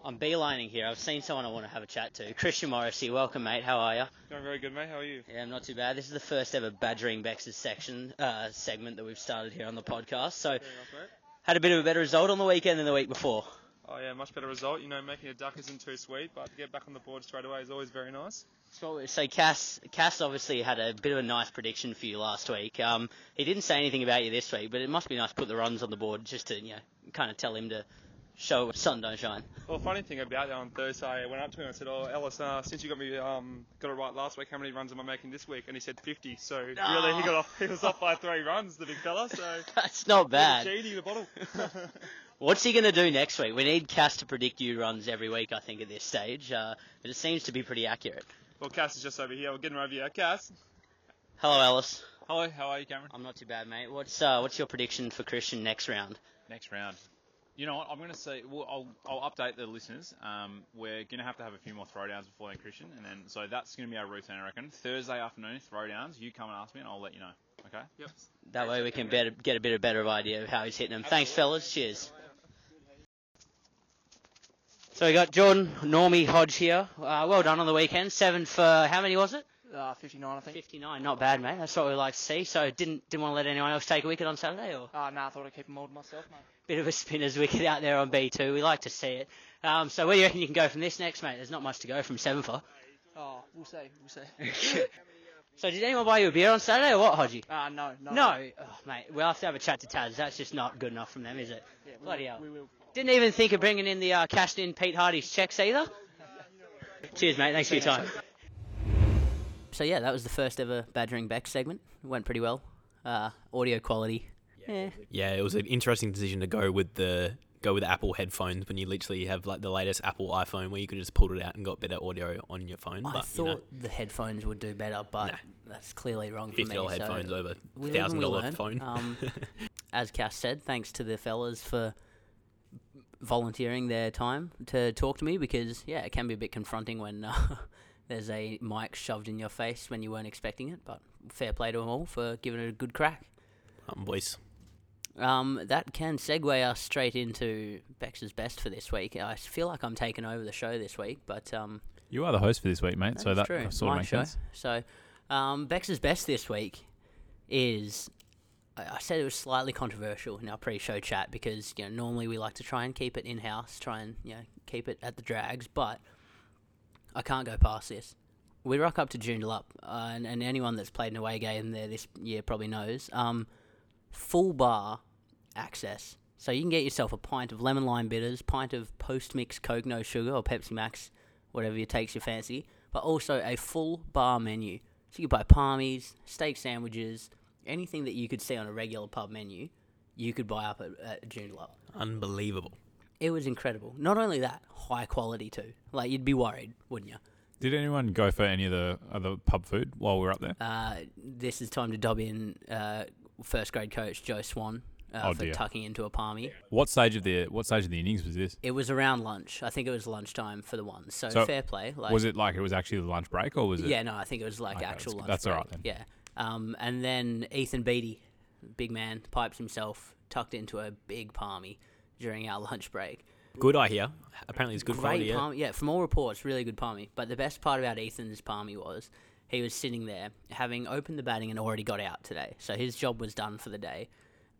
S1: I'm beelining here. I've seen someone I want to have a chat to. Christian Morrissey, welcome, mate. How are you?
S7: Doing very good, mate. How are you?
S1: Yeah, I'm not too bad. This is the first ever badgering Bex's section uh, segment that we've started here on the podcast. So
S7: Very nice, mate.
S1: had a bit of a better result on the weekend than the week before.
S7: Oh yeah, much better result. You know, making a duck isn't too sweet, but to get back on the board straight away is always very nice.
S1: So, so Cass, Cass obviously had a bit of a nice prediction for you last week. Um, he didn't say anything about you this week, but it must be nice to put the runs on the board just to you know kind of tell him to show sun don't shine.
S7: Well, funny thing about that on Thursday, I went up to him and I said, "Oh, Ellis, uh, since you got me um, got it right last week, how many runs am I making this week?" And he said 50. So really, he got off. He was off by three runs, the big fella. So
S1: That's not bad.
S7: Genie, the bottle.
S1: What's he going to do next week? We need Cass to predict you runs every week, I think, at this stage. Uh, but it seems to be pretty accurate.
S7: well, Cass is just over here. We're getting over here. Cass.
S1: Hello, Alice.
S7: Hello. How are you, Cameron?
S1: I'm not too bad, mate. What's uh, what's your prediction for Christian next round?
S3: Next round. You know what? I'm going to say. Well, I'll, I'll update the listeners. Um, we're going to have to have a few more throwdowns before then, Christian, and then so that's going to be our routine, I reckon. Thursday afternoon throwdowns. You come and ask me, and I'll let you know. Okay.
S7: Yep.
S1: That way we can better, get a bit of better idea of how he's hitting them. Thanks, fellas. Cheers. So we got Jordan Normie Hodge here. Uh, well done on the weekend. Seven for how many was it?
S6: Uh, 59, I think.
S1: Fifty-nine. Not bad, mate. That's what we like to see. So didn't didn't want to let anyone else take a wicket on Saturday, or
S6: Uh, nah, I thought I'd keep them all to myself, mate.
S1: bit of a spinner's wicket out there on B two. We like to see it. Um, so where do you reckon you can go from this next, mate? There's not much to go from seven for.
S6: Oh, we'll see, we'll see.
S1: so did anyone buy you a beer on Saturday or what, Hodgie?
S6: Uh, no, no.
S1: No, oh, mate. We'll have to have a chat to Taz. That's just not good enough from them, is it?
S6: Yeah, we
S1: Bloody
S6: will-
S1: hell.
S6: We will.
S1: Didn't even think of bringing in the uh, cashed in Pete Hardy's checks either. Cheers, mate. Thanks for your time. So yeah, that was the first ever badgering back segment. It went pretty well. Uh, audio quality. Yeah.
S2: Yeah, it was an interesting decision to go with the go with Apple headphones when you literally have like the latest Apple iPhone where you could just pull it out and got better audio on your phone.
S1: I
S2: but
S1: thought
S2: you know,
S1: the headphones would do better, but that's clearly wrong for me.
S2: fifty dollar
S1: so
S2: headphones over
S1: we live
S2: thousand
S1: and we
S2: dollar
S1: learn.
S2: phone.
S1: Um, as Cass said, thanks to the fellas for volunteering their time to talk to me because yeah, it can be a bit confronting when uh, there's a mic shoved in your face when you weren't expecting it. But fair play to them all for giving it a good crack.
S2: um, voice.
S1: Um, that can segue us straight into Bex's best for this week. I feel like I'm taking over the show this week, but um,
S3: You are the host for this week, mate. so
S1: that's
S3: that
S1: true.
S3: sort of
S1: My
S3: makes
S1: show.
S3: sense.
S1: So, um, Bex's best this week is. I I said it was slightly controversial in our pre-show chat because you know normally we like to try and keep it in house, try and you know keep it at the drags, but I can't go past this. We rock up to Joondalup, uh, and, and anyone that's played an away game there this year probably knows. Um, full bar access, so you can get yourself a pint of lemon lime bitters, pint of post mix Coke no sugar or Pepsi Max, whatever you takes your fancy, but also a full bar menu. So you could buy palmies, steak sandwiches, anything that you could see on a regular pub menu, you could buy up at, at Joondalup.
S2: Unbelievable.
S1: It was incredible. Not only that, high quality too. Like you'd be worried, wouldn't you?
S3: Did anyone go for any of the other pub food while we were up there?
S1: Uh, this is time to dub in uh, first grade coach Joe Swan uh,
S3: Oh,
S1: for
S3: dear.
S1: tucking into a palmy.
S3: what stage of the what stage of the innings was this?
S1: It was around lunch. I think it was lunchtime for the ones. So,
S3: So,
S1: fair play. Like,
S3: was it like it was actually the lunch break, or was it?
S1: Yeah, no, I think it was like
S3: Okay,
S1: actual lunch.
S3: that's- that's
S1: break.
S3: all right then.
S1: Yeah. Um, and then Ethan Beatty, big man, pipes himself, tucked into a big palmy during our lunch break.
S2: Good, I hear. Apparently, it's good
S1: Mm. Great
S2: quality. yeah.
S1: palmy. Yeah, from all reports, really good palmy. But the best part about Ethan's palmy was he was sitting there, having opened the batting and already got out today. So his job was done for the day,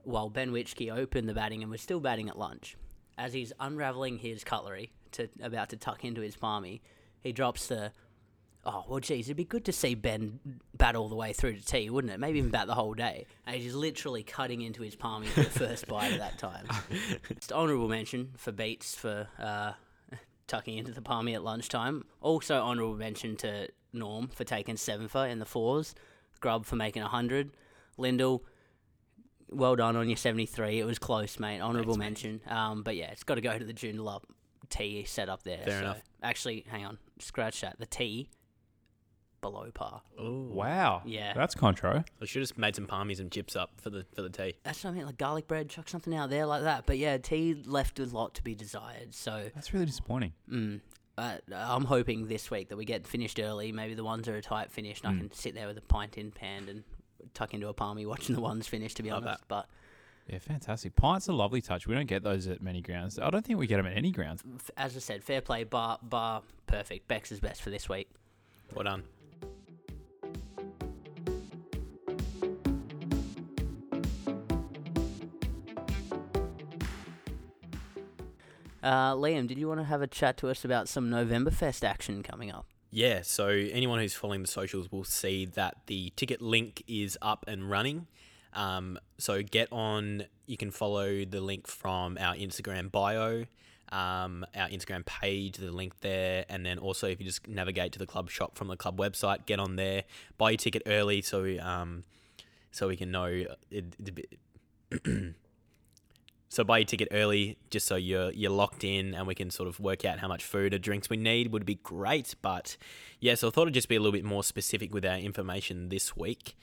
S1: while Ben Witschke opened the batting and was still batting at lunch. As he's unraveling his cutlery, to about to tuck into his palmy, he drops the, oh, well, geez, it'd be good to see Ben bat all the way through to tea, wouldn't it? Maybe even bat the whole day. And he's literally cutting into his palmy for the first bite at that time. Just honourable mention for Beats for uh, tucking into the palmy at lunchtime. Also honourable mention to Norm for taking seven for in the fours. Grub for making hundred. Lindell, well done on your seventy three. It was close, mate. Honourable mention. Um, but yeah, it's got to go to the Joondalup up T set up there.
S2: Fair
S1: so-
S2: enough.
S1: Actually, hang on, scratch that. The T below par.
S3: Wow.
S1: Yeah.
S3: That's contro.
S2: I should have made some palmies and chips up for the for the tea.
S1: That's what I mean, like garlic bread, chuck something out there like that. But yeah, T left a lot to be desired. So
S3: That's really disappointing.
S1: Mm. Uh, I'm hoping this week that we get finished early. Maybe the ones are a tight finish,
S2: Mm.
S1: and I can sit there with a pint in hand and tuck into a palmy watching the ones finish. To be
S2: Love
S1: honest, but
S3: Yeah, fantastic. Pints a lovely touch. We don't get those at many grounds. I don't think we get them at any grounds.
S1: f- as I said, fair play, bar bar perfect. Bex is best for this week.
S2: Well done.
S1: Uh, Liam, did you want to have a chat to us about some Novemberfest action coming up?
S2: Yeah, so anyone who's following the socials will see that the ticket link is up and running. Um, so get on, you can follow the link from our Instagram bio, um, our Instagram page, the link there. And then also, if you just navigate to the club shop from the club website, get on there, buy your ticket early so, um, so we can know. It, it's a bit- so buy your ticket early just so you're you're locked in and we can sort of work out how much food or drinks we need would be great but yeah so i thought i'd just be a little bit more specific with our information this week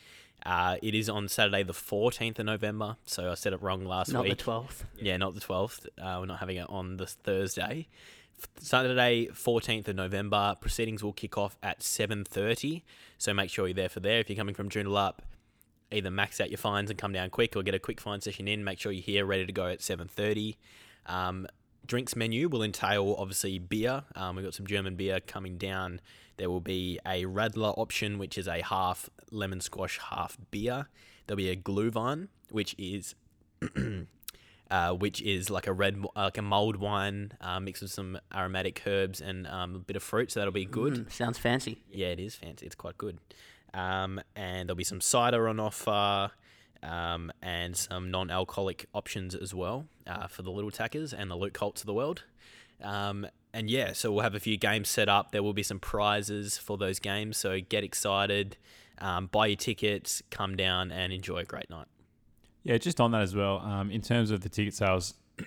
S2: uh, it is on saturday the 14th of november so i said it wrong last
S1: Not
S2: week
S1: the twelfth.
S2: yeah, not the 12th. Uh, we're not having it on this Thursday. F- Saturday, 14th of November, proceedings will kick off at 7.30. So make sure you're there for there. If you're coming from Joondalup, either max out your fines and come down quick or get a quick fine session in. Make sure you're here ready to go at 7.30. Um, drinks menu will entail, obviously, beer. Um, we've got some German beer coming down. There will be a Radler option, which is a half lemon squash, half beer. There'll be a Glühwein, which is uh, which is like a red, uh, like a mulled wine uh, mixed with some aromatic herbs and um, a bit of fruit. So that'll be good.
S1: Mm, Sounds fancy.
S2: Yeah, it is fancy. It's quite good. Um, and there'll be some cider on offer um, and some non alcoholic options as well uh, for the little tackers and the loot colts of the world. Um, and yeah, so we'll have a few games set up. There will be some prizes for those games. So get excited, um, buy your tickets, come down and enjoy a great night.
S3: Yeah, just on that as well. Um, in terms of the ticket sales,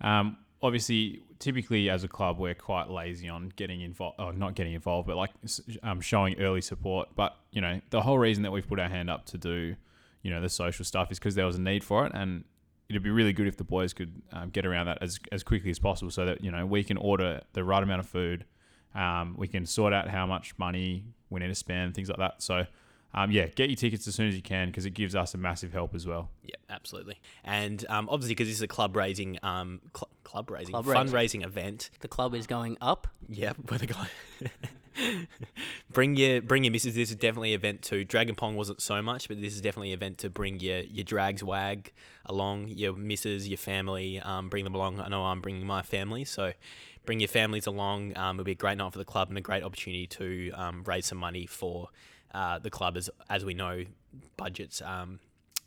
S3: um, obviously, typically as a club, we're quite lazy on getting involved, or not getting involved, but like s- um, showing early support. But you know, the whole reason that we've put our hand up to do, you know, the social stuff is because there was a need for it, and it'd be really good if the boys could um, get around that as as quickly as possible, so that you know we can order the right amount of food, um, we can sort out how much money we need to spend, things like that. So. Um, yeah, get your tickets as soon as you can because it gives us a massive help as well.
S2: Yeah, absolutely. And um, obviously, because this is a club raising, um, cl- club raising,
S1: Club
S2: fundraising
S1: raising.
S2: event.
S1: The club is going up.
S2: Yep, we're the guy. bring your bring your misses. This is definitely an event to Dragon Pong wasn't so much, but this is definitely an event to bring your your drags wag along, your misses, your family. Um, bring them along. I know I'm bringing my family, so bring your families along. Um, it'll be a great night for the club and a great opportunity to um, raise some money for uh, the club. As as we know, budgets um,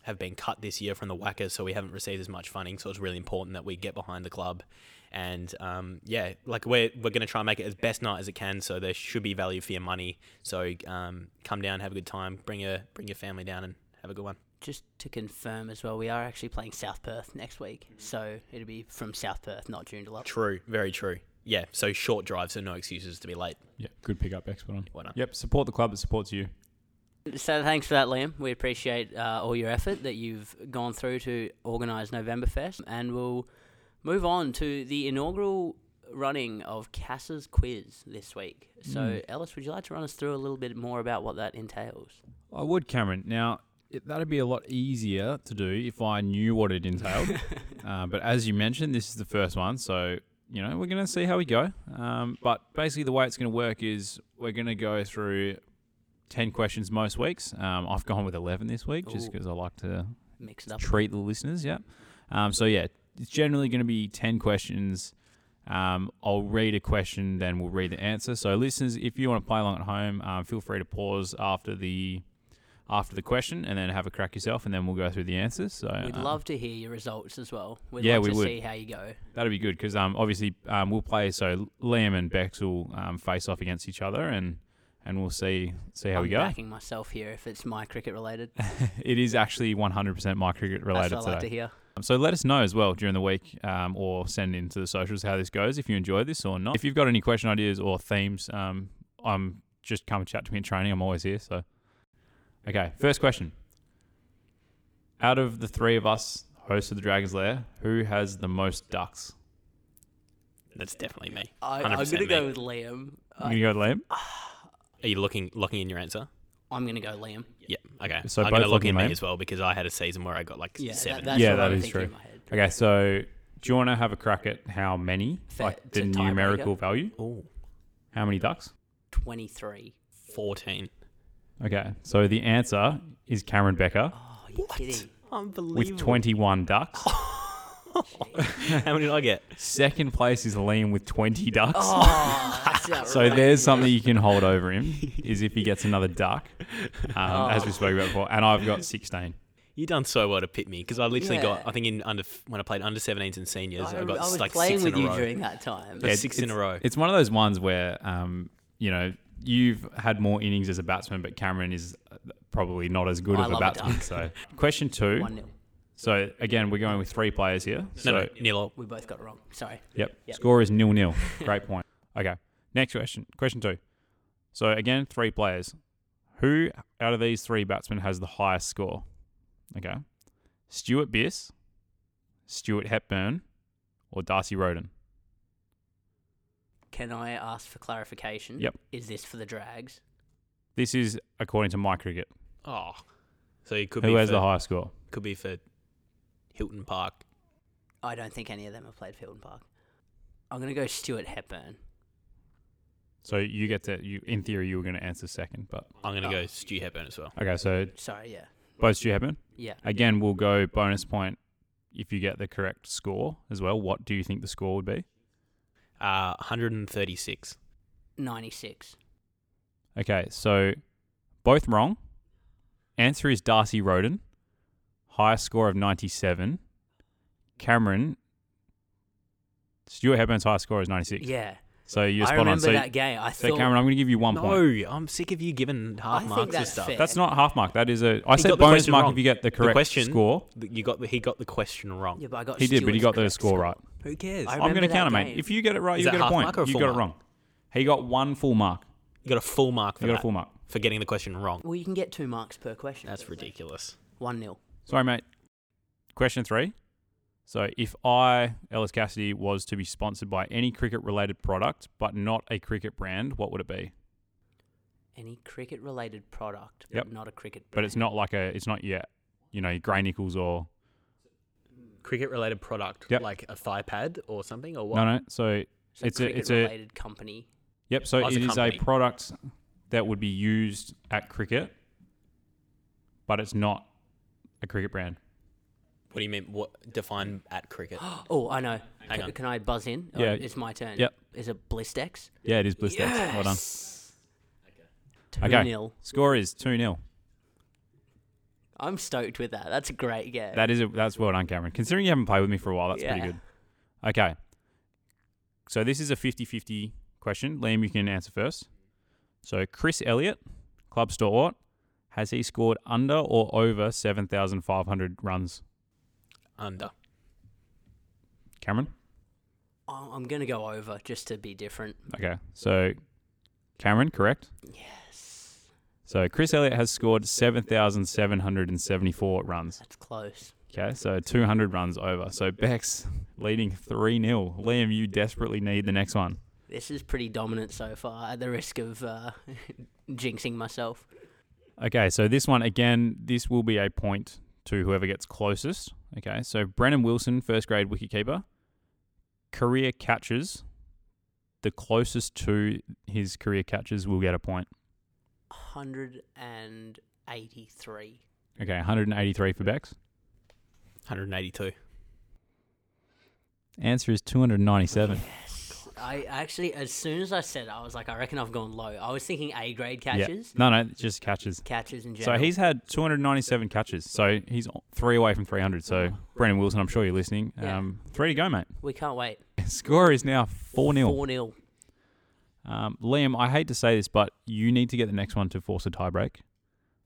S2: have been cut this year from the WACA, so we haven't received as much funding. So it's really important that we get behind the club. And um, yeah, like we're, we're going to try and make it as best night as it can. So there should be value for your money. So um, come down, have a good time, bring a bring your family down, and have a good one.
S1: Just to confirm as well, we are actually playing South Perth next week, so it'll be from South Perth, not Joondalup.
S2: True, very true. Yeah, so short drive, so no excuses to be late.
S3: Yeah, good pickup, expert on.
S2: Well done.
S3: Yep, support the club that supports you.
S1: So thanks for that, Liam. We appreciate uh, all your effort that you've gone through to organise Novemberfest, and we'll move on to the inaugural running of Cass's quiz this week. So,
S3: Hmm.
S1: Ellis, would you like to run us through a little bit more about what that entails?
S3: I would, Cameron. Now, it, that'd be a lot easier to do if I knew what it entailed. uh, but as you mentioned, this is the first one, so you know, we're going to see how we go. Um, but basically, the way it's going to work is we're going to go through 10 questions most weeks. Um, I've gone with 11 this week just
S1: Ooh.
S3: because I like to
S1: Mix it up.
S3: treat the listeners. Yeah. Um, so yeah, it's generally going to be ten questions. Um, I'll read a question, then we'll read the answer. So listeners, if you want to play along at home, um, feel free to pause after the after the question and then have a crack yourself, and then we'll go through the answers. So
S1: We'd
S3: um,
S1: love to hear your results as well. We'd
S3: Yeah,
S1: love
S3: we
S1: to
S3: would.
S1: see how you go.
S3: that'll be good because um, obviously um, we'll play. So Liam and Bex will um, face off against each other, and and we'll see see how
S1: I'm
S3: we go.
S1: backing myself here if it's my cricket related. That's
S3: It is actually 100% my cricket
S1: what I
S3: related
S1: like
S3: today.
S1: to hear.
S3: Um, So let us know as well during the week um, or send into the socials how this goes, if you enjoy this or not. If you've got any question ideas or themes, um, I'm just come and chat to me in training. I'm always here. So, okay, first question. Out of the three of us, hosts of the Dragon's Lair, who has the most ducks?
S2: That's definitely me.
S1: I, I'm
S2: 100%
S1: gonna go
S2: me.
S1: with Liam.
S3: I'm going to go with Liam.
S1: Uh,
S2: Are you looking locking in your answer?
S1: I'm gonna go Liam.
S2: Yeah. Okay.
S3: So
S2: I'm
S3: both
S2: gonna lock
S3: locking
S2: in
S3: in.
S2: me as well because I had a season where I got like
S1: Yeah,
S2: seven.
S1: That, that's
S3: Yeah,
S1: what
S3: that
S1: I'm
S3: is
S1: thinking
S3: true.
S1: In my head.
S3: Okay, so do you want to have a crack at how many?
S1: Fair.
S3: Like
S1: It's
S3: the
S1: a tiebreaker.
S3: numerical value?
S2: oh,
S3: How many ducks?
S1: 23.
S2: 14.
S3: Okay, so the answer is Cameron Becker
S1: Oh, are you kidding?
S2: Unbelievable.
S3: with 21 ducks. Oh.
S2: How many did I get?
S3: Second place is Liam with 20 ducks.
S1: Oh, that's
S3: so there's something you can hold over him is if he gets another duck, um, as we spoke about before. And I've got 16.
S2: You done so well to pit me because I literally got.
S1: Yeah.
S2: I think in under when I played under 17s and seniors, I,
S1: I,
S2: got
S1: I was
S2: like
S1: playing
S2: six
S1: with
S2: in
S1: you
S2: a row.
S1: during that time.
S2: Yeah. six in
S3: it's-
S2: a row.
S3: It's one of those ones where, um, you know, you've had more innings as a batsman, but Cameron is uh, probably not as good
S1: Oh, I
S3: of a
S1: love a
S3: batsman.
S1: duck.
S3: so question two.
S1: 1 0.
S3: So again, we're going with three players here.
S2: No,
S3: So
S2: no, nil. all.
S1: We both got it wrong. Sorry.
S3: Yep.
S1: Yep.
S3: Score is nil nil. Great point. Okay. Next question. Question two. So again, three players. Who out of these three batsmen has the highest score? Okay. Stuart Biss, Stuart Hepburn, or Darcy Roden?
S1: Can I ask for clarification?
S3: Yep.
S1: Is this for the drags?
S3: This is according to my cricket.
S2: Oh, so it could
S3: Who
S2: be
S3: has
S2: for,
S3: the highest score?
S2: Could be for Hilton Park.
S1: I don't think any of them have played Field and Park. I'm going to go Stuart Hepburn.
S3: So you get to you in theory you were going to answer second, but
S2: I'm gonna
S1: Oh.
S2: go Stu Hepburn as well.
S3: okay. So
S1: Sorry, yeah.
S3: both Stu Hepburn.
S1: Yeah.
S3: Again, we'll go bonus point if you get the correct score as well. What do you think the score would be?
S2: Uh, 136.
S1: 96.
S3: Okay, so both wrong. Answer is Darcy Roden, highest score of 97. Cameron, Stuart Hepburn's highest score is 96.
S1: Yeah.
S3: So you're
S1: I
S3: spot
S1: remember
S3: on. So,
S1: that game. I
S3: so
S1: thought
S3: Cameron, I'm going to give you one
S2: no,
S3: point.
S2: I'm sick of you giving
S1: I
S2: half
S1: think
S2: marks and
S1: that's
S2: stuff.
S1: fair.
S3: That's not half mark. That is a. I
S2: He
S3: said
S2: got the
S3: bonus
S2: question
S3: mark
S2: wrong.
S3: if you get the
S2: The
S3: correct
S2: question- Oh,
S3: score.
S2: Th- You got the, he got the question wrong.
S1: Yeah, but I got
S3: He did, but he
S1: Stewart's
S3: got the
S1: correct
S3: score right.
S2: Who cares?
S1: I
S3: I'm going to
S1: remember that
S3: count it, mate.
S1: game.
S3: If you get it right,
S2: Is
S3: you
S2: that
S3: get a
S2: half
S3: point.
S2: mark or a
S3: you
S2: full
S3: got it
S2: mark?
S3: wrong. He got one full mark.
S2: you got a full mark for
S3: You got a
S2: that,
S3: full mark.
S2: for getting the question wrong.
S1: Well, you can get two marks per question.
S2: That's ridiculous.
S1: 1 0.
S3: Sorry, mate. Question three. So, if I, Ellis Cassidy, was to be sponsored by any cricket related product, but not a cricket brand, what would it be?
S1: Any cricket related product,
S3: Yep.
S1: but not a cricket
S3: But it's
S1: brand.
S3: not like a, it's not yet, you know, Grey Nichols or.
S2: Cricket related product
S3: Yep.
S2: like a thigh pad or something or what?
S3: No, no. So,
S1: So
S3: it's a, it's a,
S1: related company.
S3: yep. So,
S2: Oh, it's a
S3: it is a
S2: company.
S3: product that would be used at cricket, but it's not a cricket brand.
S2: What do you mean? What define at cricket?
S1: Oh, I know.
S2: Hang
S1: can,
S2: on.
S1: can I buzz in? Oh,
S3: Yeah.
S1: It's my turn.
S3: Yep.
S1: Is it Blistex?
S3: Yeah, it is Blistex. Well done.
S1: Two
S3: Okay.
S1: nil.
S3: Score is 2 0.
S1: I'm stoked with that. That's a great game.
S3: That is a, that's well done, Cameron. Considering you haven't played with me for a while, that's
S1: Yeah.
S3: pretty good. Okay. So this is a 50-50 question. Liam, you can answer first. So Chris Elliott, club store Ort, has he scored under or over 7,500 runs?
S2: Under.
S3: Cameron?
S1: I- I'm gonna go over just to be different.
S3: Okay. So Cameron, correct?
S1: Yes,
S3: So Chris Elliott has scored 7,774 runs.
S1: that's close.
S3: Okay, so 200 runs over. So Beck's leading 3-0. Liam, you desperately need the next one.
S1: This is pretty dominant so far. At the risk of uh, jinxing myself,
S3: Okay, so this one again, this will be a point to whoever gets closest. Okay, so Brennan Wilson, first grade wicketkeeper, career catches, the closest to his career catches will get a point.
S1: 183.
S3: Okay, 183 for Bex.
S2: 182.
S3: Answer is 297.
S1: Yes. I actually, as soon as I said it, I was like, I reckon I've gone low. I was thinking A grade catches,
S3: Yeah. No, no, just catches.
S1: catches in
S3: So
S1: general.
S3: he's had 297 catches. So he's three away from 300. So Brendan Wilson, I'm sure you're listening.
S1: Yeah.
S3: Um, three to go, mate.
S1: we can't wait.
S3: Score is now 4 0.
S1: 4 0.
S3: Um, Liam, I hate to say this, but you need to get the next one to force a tiebreak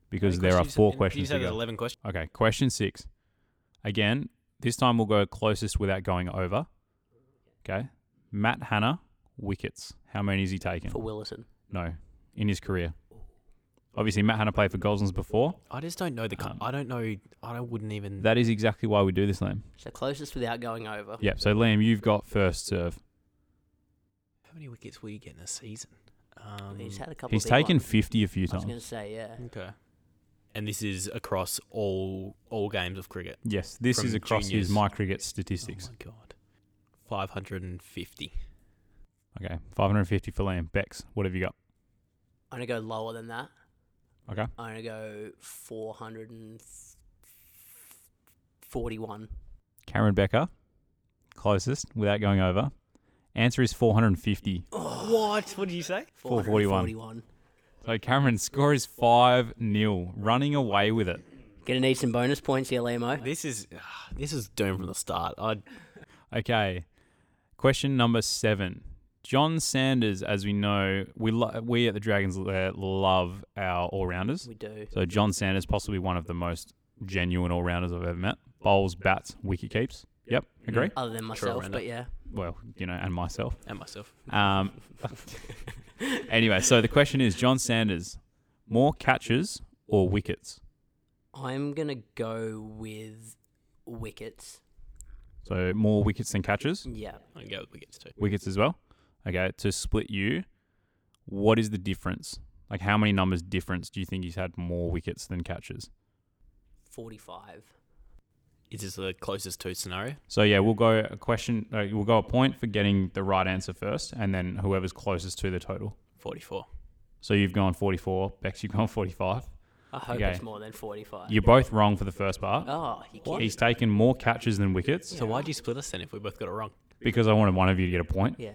S3: because there are four questions to
S2: You said
S3: go.
S2: there's 11 questions.
S3: Okay, question six. Again, this time we'll go closest without going over. Okay. Matt Hanna, wickets. How many has he taken?
S1: For Willison.
S3: No, in his career. Obviously, Matt Hanna played for Goslings before.
S2: I just don't know the. co-
S3: Um,
S2: I don't know. I don't, wouldn't even.
S3: That is exactly why we do this, Liam.
S1: So closest without going over.
S3: Yep. So, Liam, you've got first serve.
S2: how many wickets will you get in a season? Um,
S1: He's had a couple
S3: He's
S1: big
S3: taken
S1: ones.
S3: 50 a few
S1: I was going
S3: times.
S1: to say, yeah.
S2: okay. And this is across all all games of cricket.
S3: Yes, this
S2: from
S3: is across
S2: juniors.
S3: his my cricket statistics.
S2: Oh my god. 550.
S3: okay, 550 for Liam. Bex, what have you got?
S1: I'm going to go lower than that.
S3: Okay.
S1: I'm going to go 441.
S3: Cameron Becker, closest without going over. Answer is 450.
S2: What? What did you say?
S3: 441. So Cameron scores 5 0, running away with it.
S1: Gonna need some bonus points here, Lamo.
S2: This is ah, this is doomed from the start. I
S3: Okay. Question number seven. John Sanders, as we know, we lo- we at the Dragons Lair love our all rounders.
S1: We do.
S3: So John Sanders, possibly one of the most genuine all rounders I've ever met. Bowls, bats, wicket keeps. Yep, agree.
S1: Other than myself,
S2: Render.
S1: but yeah.
S3: Well, you know, and myself.
S2: and myself.
S3: Um, anyway, so the question is John Sanders, more catches or wickets?
S1: I'm gonna go with wickets.
S3: So more wickets than catches?
S1: Yeah.
S2: I can go with wickets too.
S3: Wickets as well. Okay, to split you, what is the difference? Like, how many numbers difference do you think he's had more wickets than catches?
S1: Forty five.
S2: Is this the closest to scenario?
S3: So yeah, we'll go a question. Uh, we'll go a point for getting the right answer first, and then whoever's closest to the total.
S2: 44.
S3: So you've gone 44. Bex, you've gone 45.
S1: I hope
S3: Okay.
S1: it's more than forty five.
S3: You're both wrong for the first part.
S1: Oh, you kidding?
S3: He's taken more catches than wickets
S2: So why'd you split us then if we both got it wrong?
S3: because I wanted one of you to get a point.
S1: Yeah.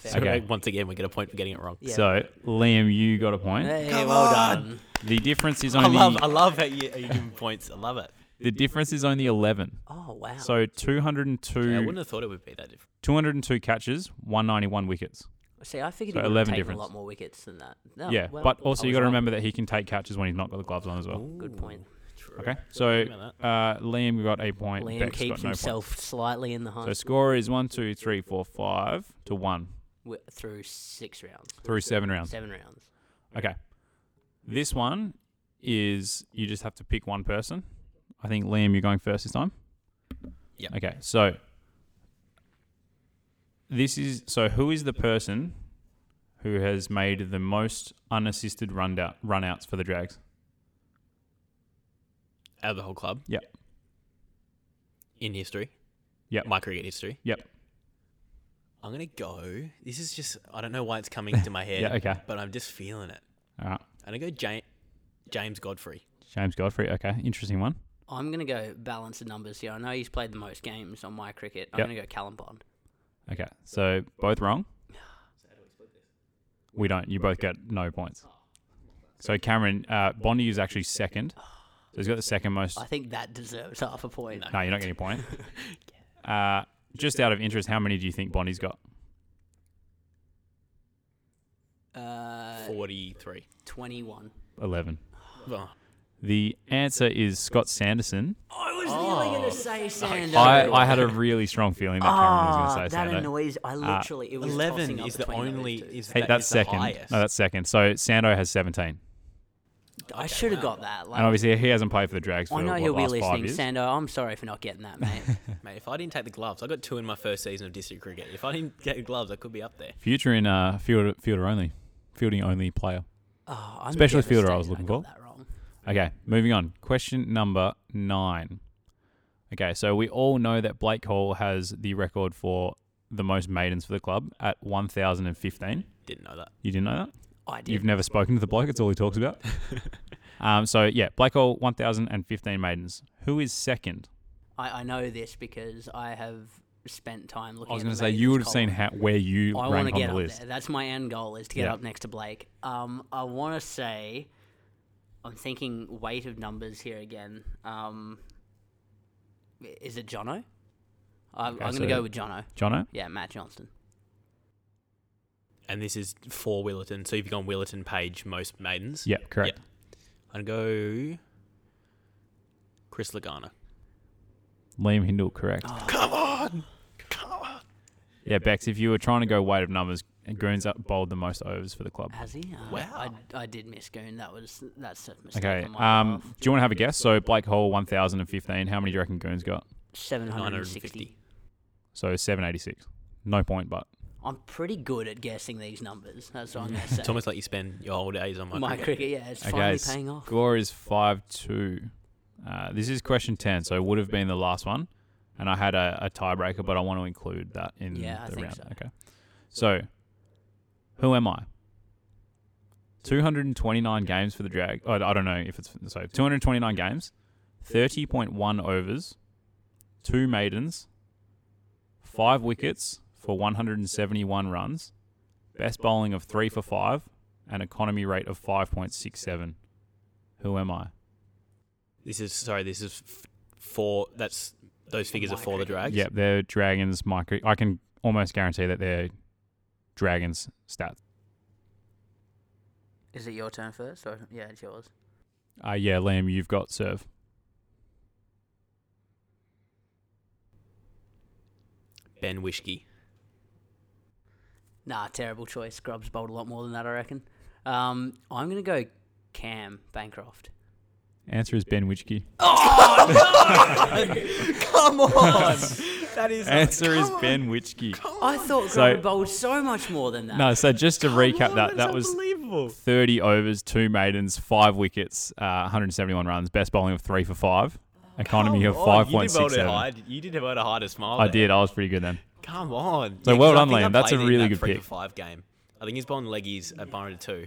S2: So
S3: Okay.
S2: once again, we get a point for getting it wrong.
S1: Yeah.
S3: So Liam, you got a point.
S1: Hey, well done.
S3: The difference is
S2: I
S3: only
S2: love, I love how you, how you give me points. I love it.
S3: the difference is only 11.
S1: Oh wow.
S3: So 202
S2: Yeah, I wouldn't have thought it would be that different.
S3: 202 catches, 191 wickets.
S1: see, I figured
S3: so
S1: he would have
S3: 11
S1: taken
S3: difference.
S1: a lot more wickets than that. No,
S3: yeah,
S1: Oh, well,
S3: but
S1: I
S3: also you
S1: was
S3: got to
S1: wrong.
S3: remember that he can take catches when he's not got the gloves on as well.
S1: Good point.
S2: True.
S3: Okay, so
S2: about
S3: uh, Liam got a point.
S1: Liam
S3: Bex
S1: keeps
S3: got no
S1: himself slightly in the
S3: Point. So
S1: hunt
S3: score is one, two, three, four, five to one
S1: wi- through six rounds,
S3: through seven rounds.
S1: seven rounds.
S3: Okay, this one is you just have to pick one person. I think Liam, you're going first this time.
S2: Yep.
S3: Okay, so this is so who is the person who has made the most unassisted run out run outs for the Drags?
S2: Out of the whole club
S3: Yep.
S2: in history.
S3: Yep.
S2: My cricket history.
S3: Yep.
S2: I'm going to go. This is just, I don't know why it's coming to my head.
S3: Yeah, okay.
S2: But I'm just feeling it.
S3: All right.
S2: I'm going to go James, James Godfrey.
S3: James Godfrey. Okay, interesting one.
S1: I'm going to go balance the numbers here. I know he's played the most games on my cricket. I'm
S3: Yep.
S1: going to go Callum Bond.
S3: Okay, so both wrong. We don't. You both get no points. So Cameron uh, Bondi is actually second. So he's got the second most.
S1: I think that deserves half a point.
S3: No, you're not getting a point. Uh, just out of interest, how many do you think Bondi's got?
S1: Uh,
S2: 43.
S1: 21.
S3: Eleven.
S2: Oh,
S3: The answer is Scott Sanderson.
S1: I was really going to say Sando.
S3: I, I had a really strong feeling that Cameron was going to say
S1: Ah, that
S3: Sando. Uh,
S1: annoys. I literally it was
S2: 11
S1: tossing up
S2: is the
S1: between those
S2: only.
S1: two.
S2: Is,
S3: Hey,
S2: that
S3: that's
S2: is the
S3: second. Uh,
S2: highest.
S3: No, that's second. So Sando has 17,
S1: I should have got that. Like,
S3: and obviously he hasn't played for the Drags for
S1: I know
S3: what,
S1: he'll be
S3: last five
S1: listening,
S3: years.
S1: Sando. I'm sorry for not getting that, mate. Oh,
S2: Mate, if I didn't take the gloves, I got two in my first season of district cricket. If I didn't get the gloves, I could be up there.
S3: Future in uh, field, fielder only, fielding only player.
S1: oh, I'm
S3: Specialist fielder I was
S1: devastated
S3: looking
S1: got That wrong.
S3: Okay, moving on. Question number nine. Okay, so we all know that Blake Hall has the record for the most maidens for the club at 1,015.
S2: Didn't know that.
S3: You didn't know that?
S1: I did.
S3: You've never spoken to the bloke. It's all he talks about. um, so yeah, Blake Hall, 1,015 maidens. Who is second?
S1: I, I know this because I have spent time looking.
S3: I was
S1: going to
S3: say you would have seen how, where you
S1: I want to
S3: rank on
S1: get
S3: the
S1: up
S3: list.
S1: there. That's my end goal is to get
S3: Yeah.
S1: up next to Blake. Um, I want to say, I'm thinking weight of numbers here again. Um, is it Jono? I'm, I'm going to
S3: so-
S1: go with Jono.
S3: Jono,
S1: Yeah, Matt Johnston.
S2: And this is for Willerton. So you've gone Willerton, Page, most maidens.
S3: yeah, correct.
S2: I'd go Chris Lagana.
S3: Liam Hindle, correct.
S1: Ah. Oh,
S2: Come on! Come on!
S3: Yeah, Bex, if you were trying to go weight of numbers, Goons up bowled the most overs for the club.
S1: Has he? Uh,
S2: Wow.
S1: I, I did miss Goon. That was that's a mistake.
S3: Okay.
S1: on my
S3: Um, do you want to have a guess? So Blake Hall, 1,015. How many do you reckon Goons got?
S1: seven hundred and
S2: 950.
S1: sixty.
S3: So 786. No point, but
S1: I'm pretty good at guessing these numbers. That's what I'm going to say.
S2: It's almost like you spend your whole days on my,
S1: my
S2: cricket.
S1: cricket, yeah, it's
S3: okay.
S1: finally paying off.
S3: Score is five two. Uh, this is question ten, so it would have been the last one, and I had a, a tiebreaker, but I want to include that in
S1: Yeah, I
S3: the
S1: think
S3: round.
S1: so.
S3: Okay. So, who am I? Two hundred and twenty nine games for the drag. I, I don't know if it's so. Two hundred twenty nine games, thirty point one overs, two maidens, five wickets for one hundred and seventy one runs, best bowling of three for five, an economy rate of five point six seven. Who am I?
S2: This is, sorry, this is f- for, that's, those figures are for the drags.
S3: Yep, they're dragons. Micro. I can almost guarantee that they're dragons stats.
S1: Is it your turn first? Or yeah, it's yours.
S3: Uh, yeah, Liam, you've got serve.
S2: Ben Wishke.
S1: Nah, terrible choice. Scrubs bowled a lot more than that, I reckon. Um, I'm gonna go Cam Bancroft.
S3: Answer is Ben Witchke.
S1: Come on, that is.
S3: Answer is Ben Witchke.
S1: I thought Grubby
S3: So-
S1: bowled so much more than that.
S3: No, so just to recap that, that was
S2: unbelievable.
S3: 30 overs, two maidens, five wickets, uh, 171 runs, best bowling of three for five, economy of
S2: Oh, You did well to
S3: 5.67.
S2: hide, you did well to hide a smile.
S3: I
S2: there.
S3: did. I was pretty good then.
S2: Come on.
S3: So
S2: 'cause
S3: well
S2: I
S3: done,
S2: think I
S3: Liam. That's a
S2: played in
S3: really
S2: that
S3: good
S2: three for
S3: pick.
S2: five game. I think he's bowling leggies at Byron at two.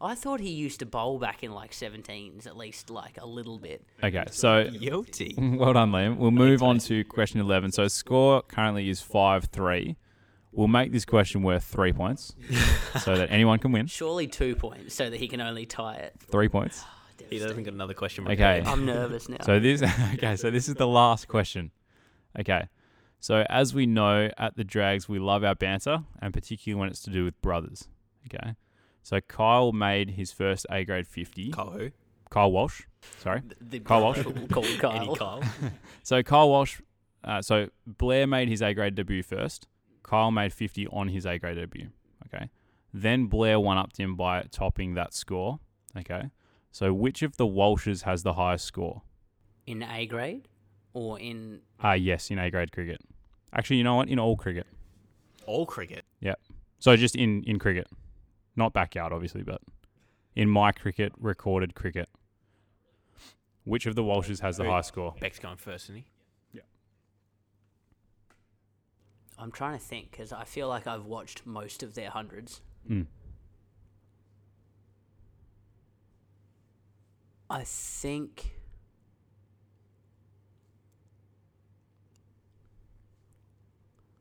S1: I thought he used to bowl back in like 17s, at least like a little bit.
S3: Okay, so
S2: Yoti.
S3: well done, Liam. We'll move on to question 11. So score currently is 5-3. We'll make this question worth three points so that anyone can win.
S1: Surely two points, so that he can only tie it.
S3: Three points.
S2: He doesn't get another question.
S3: Okay.
S1: I'm nervous now.
S3: So this okay, so this is the last question. Okay. So as we know at the drags we love our banter and particularly when it's to do with brothers. Okay. So Kyle made his first A grade 50. Kyle,
S2: Kyle who?
S3: Walsh. Sorry.
S1: the
S3: Kyle Walsh.
S1: called
S2: Any
S1: Kyle.
S2: Kyle.
S3: So Kyle Walsh uh, so Blair made his A grade debut first. Kyle made 50 on his A grade debut. Okay. Then Blair one upped him by topping that score. Okay. So which of the Walshes has the highest score?
S1: in A grade or in
S3: Ah, yes, in A grade cricket. Actually, you know what? In all cricket.
S2: All cricket.
S3: Yep. So just in in cricket, not backyard, obviously, but in my cricket, recorded cricket. Which of the Walshes has the high score?
S2: Beck's going first, isn't he?
S1: I'm trying to think because I feel like I've watched most of their hundreds.
S3: Hmm.
S1: I think.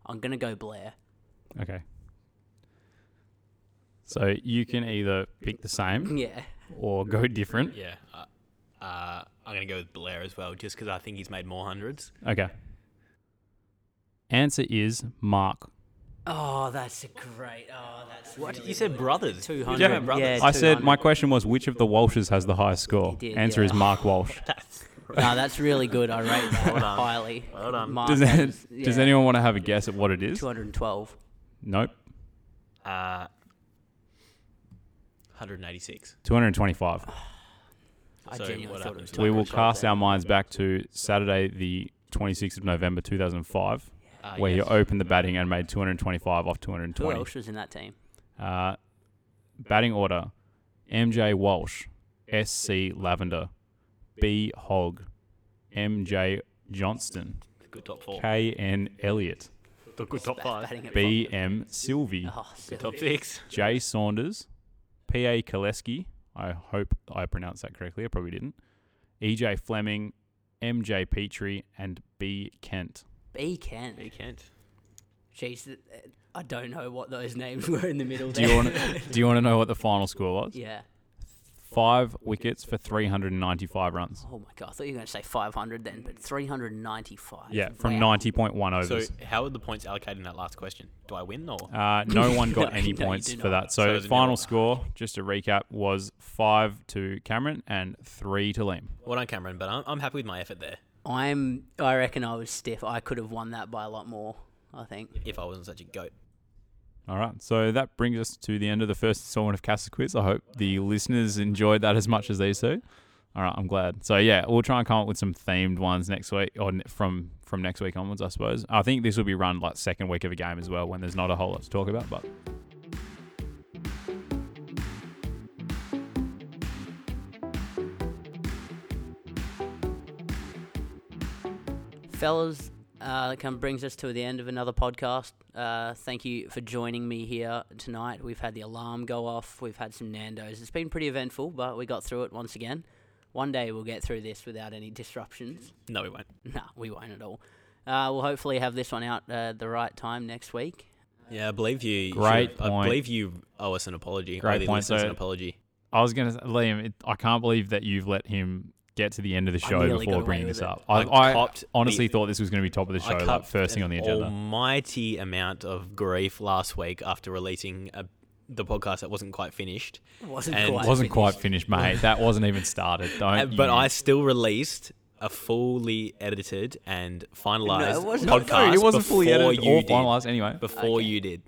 S1: I'm gonna go Blair.
S3: Okay. So you can either pick the same
S1: Yeah,
S3: or go different.
S2: Yeah. Uh, uh, I'm going to go with Blair as well, just because I think he's made more hundreds.
S3: Okay. Answer is Mark.
S1: Oh, that's a great. Oh, that's
S2: What?
S1: Really
S2: you said brothers.
S1: two hundred.
S2: Yeah,
S1: Yeah,
S2: brothers.
S3: I said
S1: 200.
S3: my question was which of the Walshes has the highest score?
S1: did,
S3: Answer
S1: yeah.
S3: is Mark Walsh.
S1: No, that's really good. I rate that highly. Well done. Mark,
S3: Does,
S1: that
S3: that,
S1: is- yeah,
S3: does anyone want to have a guess at what it is?
S1: 212.
S3: Nope.
S2: Uh, 186.
S3: 225.
S1: Oh, I
S2: So
S1: genuinely thought
S2: what
S1: it
S2: happens
S1: was.
S2: now?
S3: We
S1: 200.
S3: will cast our minds back to Saturday, the 26th of November, 2005,
S1: Oh,
S2: Uh,
S3: where
S2: yes.
S3: he opened the batting and made 225 off
S1: Who
S3: 220.
S1: else was in that team?
S3: Uh, batting order MJ Walsh, SC Lavender, B Hogg, MJ Johnston,
S1: Oh.
S2: Good top four.
S3: KN Elliott.
S2: Good, good top
S1: Bat-
S2: five.
S1: batting at five.
S3: B.M. Sylvie,
S1: Oh, silly.
S2: Good top six.
S3: J. Saunders, P.A. Koleski. I hope I pronounced that correctly. I probably didn't. E.J. Fleming, M.J. Petrie, and B. Kent.
S1: B Kent.
S2: Hey, Kent.
S1: Jeez, th- uh, I don't know what those names were in the middle.
S3: Do you
S1: there.
S3: want? do you want to know what the final score was?
S1: Yeah.
S3: Five wickets for 395 runs.
S1: Oh my god, I thought you were going to say 500 then, but 395.
S3: Yeah, from
S1: Wow.
S3: 90.1 overs.
S2: So, how are the points allocated in that last question? Do I win or?
S3: Uh, no one got
S1: No,
S3: any
S1: no, you
S3: points
S1: did
S3: for
S1: not.
S3: that.
S2: So it
S3: So,
S2: was
S3: final
S2: nil.
S3: score, just to recap, was five to Cameron and three to Liam.
S2: Well done, Cameron, but I'm, I'm happy with my effort there.
S1: I'm. I reckon I was stiff. I could have won that by a lot more. I think.
S2: If I wasn't such a goat.
S3: All right, so that brings us to the end of the first installment of Casa Quiz. I hope the listeners enjoyed that as much as these two. All right, I'm glad. So yeah, we'll try and come up with some themed ones next week, or ne- from from next week onwards, I suppose. I think this will be run like second week of a game as well, when there's not a whole lot to talk about. But
S1: fellas, uh, that kind of brings us to the end of another podcast. Uh, thank you for joining me here tonight. We've had the alarm go off. We've had some Nando's. It's been pretty eventful, but we got through it once again. One day we'll get through this without any disruptions.
S2: No, we won't.
S1: Nah, we won't at all. Uh, we'll hopefully have this one out uh, the right time next week.
S2: Yeah, I believe you. you
S3: Great
S2: should- I
S3: point.
S2: believe you owe us an apology.
S3: Great
S2: Owe the
S3: point,
S2: listeners
S3: so-
S2: an apology.
S3: I was gonna, say, Liam, it, I can't believe that you've let him get to the end of the
S1: I
S3: show
S1: nearly
S3: before
S1: got
S3: bringing
S1: away
S3: this
S1: with
S3: up.
S2: it.
S3: I,
S2: I
S3: I
S2: copped
S3: honestly
S2: the-
S3: thought this was gonna be top of the show, like
S2: copped
S3: first thing on
S2: an
S3: the agenda.
S2: Almighty amount of grief last week after releasing a, the podcast that wasn't quite finished.
S1: Wasn't
S2: And-
S1: quite.
S3: wasn't
S1: finished.
S3: quite finished, mate. That wasn't even started. Don't.
S2: Uh, but
S3: you-
S2: I still released a fully edited and finalized
S1: it wasn't.
S2: podcast.
S3: No, it wasn't
S2: before
S3: fully edited
S2: you
S3: or
S2: did.
S3: finalized anyway.
S2: Before you did.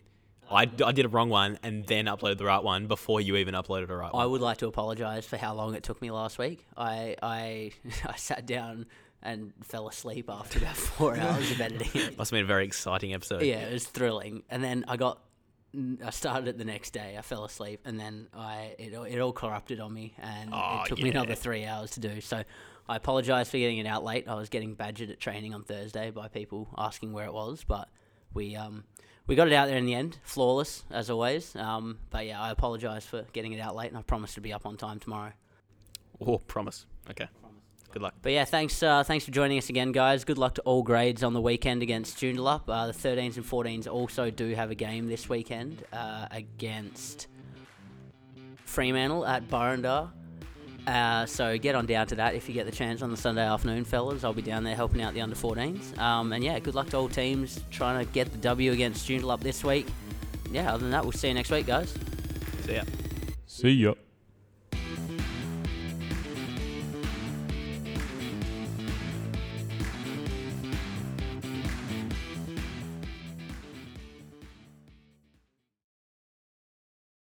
S2: I, d- I did a wrong one and then uploaded the right one before you even uploaded a right
S1: I
S2: one.
S1: would like to apologise for how long it took me last week. I I, I sat down and fell asleep after about four hours of editing. it.
S2: Must have been a very exciting episode.
S1: Yeah, it was thrilling. And then I got, I started it the next day. I fell asleep, and then I it all- it all corrupted on me, and
S2: Oh,
S1: it took me
S2: yeah.
S1: another three hours to do. So I apologise for getting it out late. I was getting badgered at training on Thursday by people asking where it was, but we um we got it out there in the end, flawless as always. Um, but yeah, I apologise for getting it out late, and I promise to be up on time tomorrow.
S2: Oh, promise. Okay. Good luck.
S1: But yeah, thanks uh, thanks for joining us again, guys. Good luck to all grades on the weekend against Joondalup. Uh, the 13s and 14s also do have a game this weekend uh, against Fremantle at Burrendar. Uh, so get on down to that if you get the chance on the Sunday afternoon, fellas. I'll be down there helping out the under 14s. Um, and yeah, good luck to all teams trying to get the W against Joondalup this week. Yeah, other than that, we'll see you next week, guys.
S2: See ya.
S3: See ya.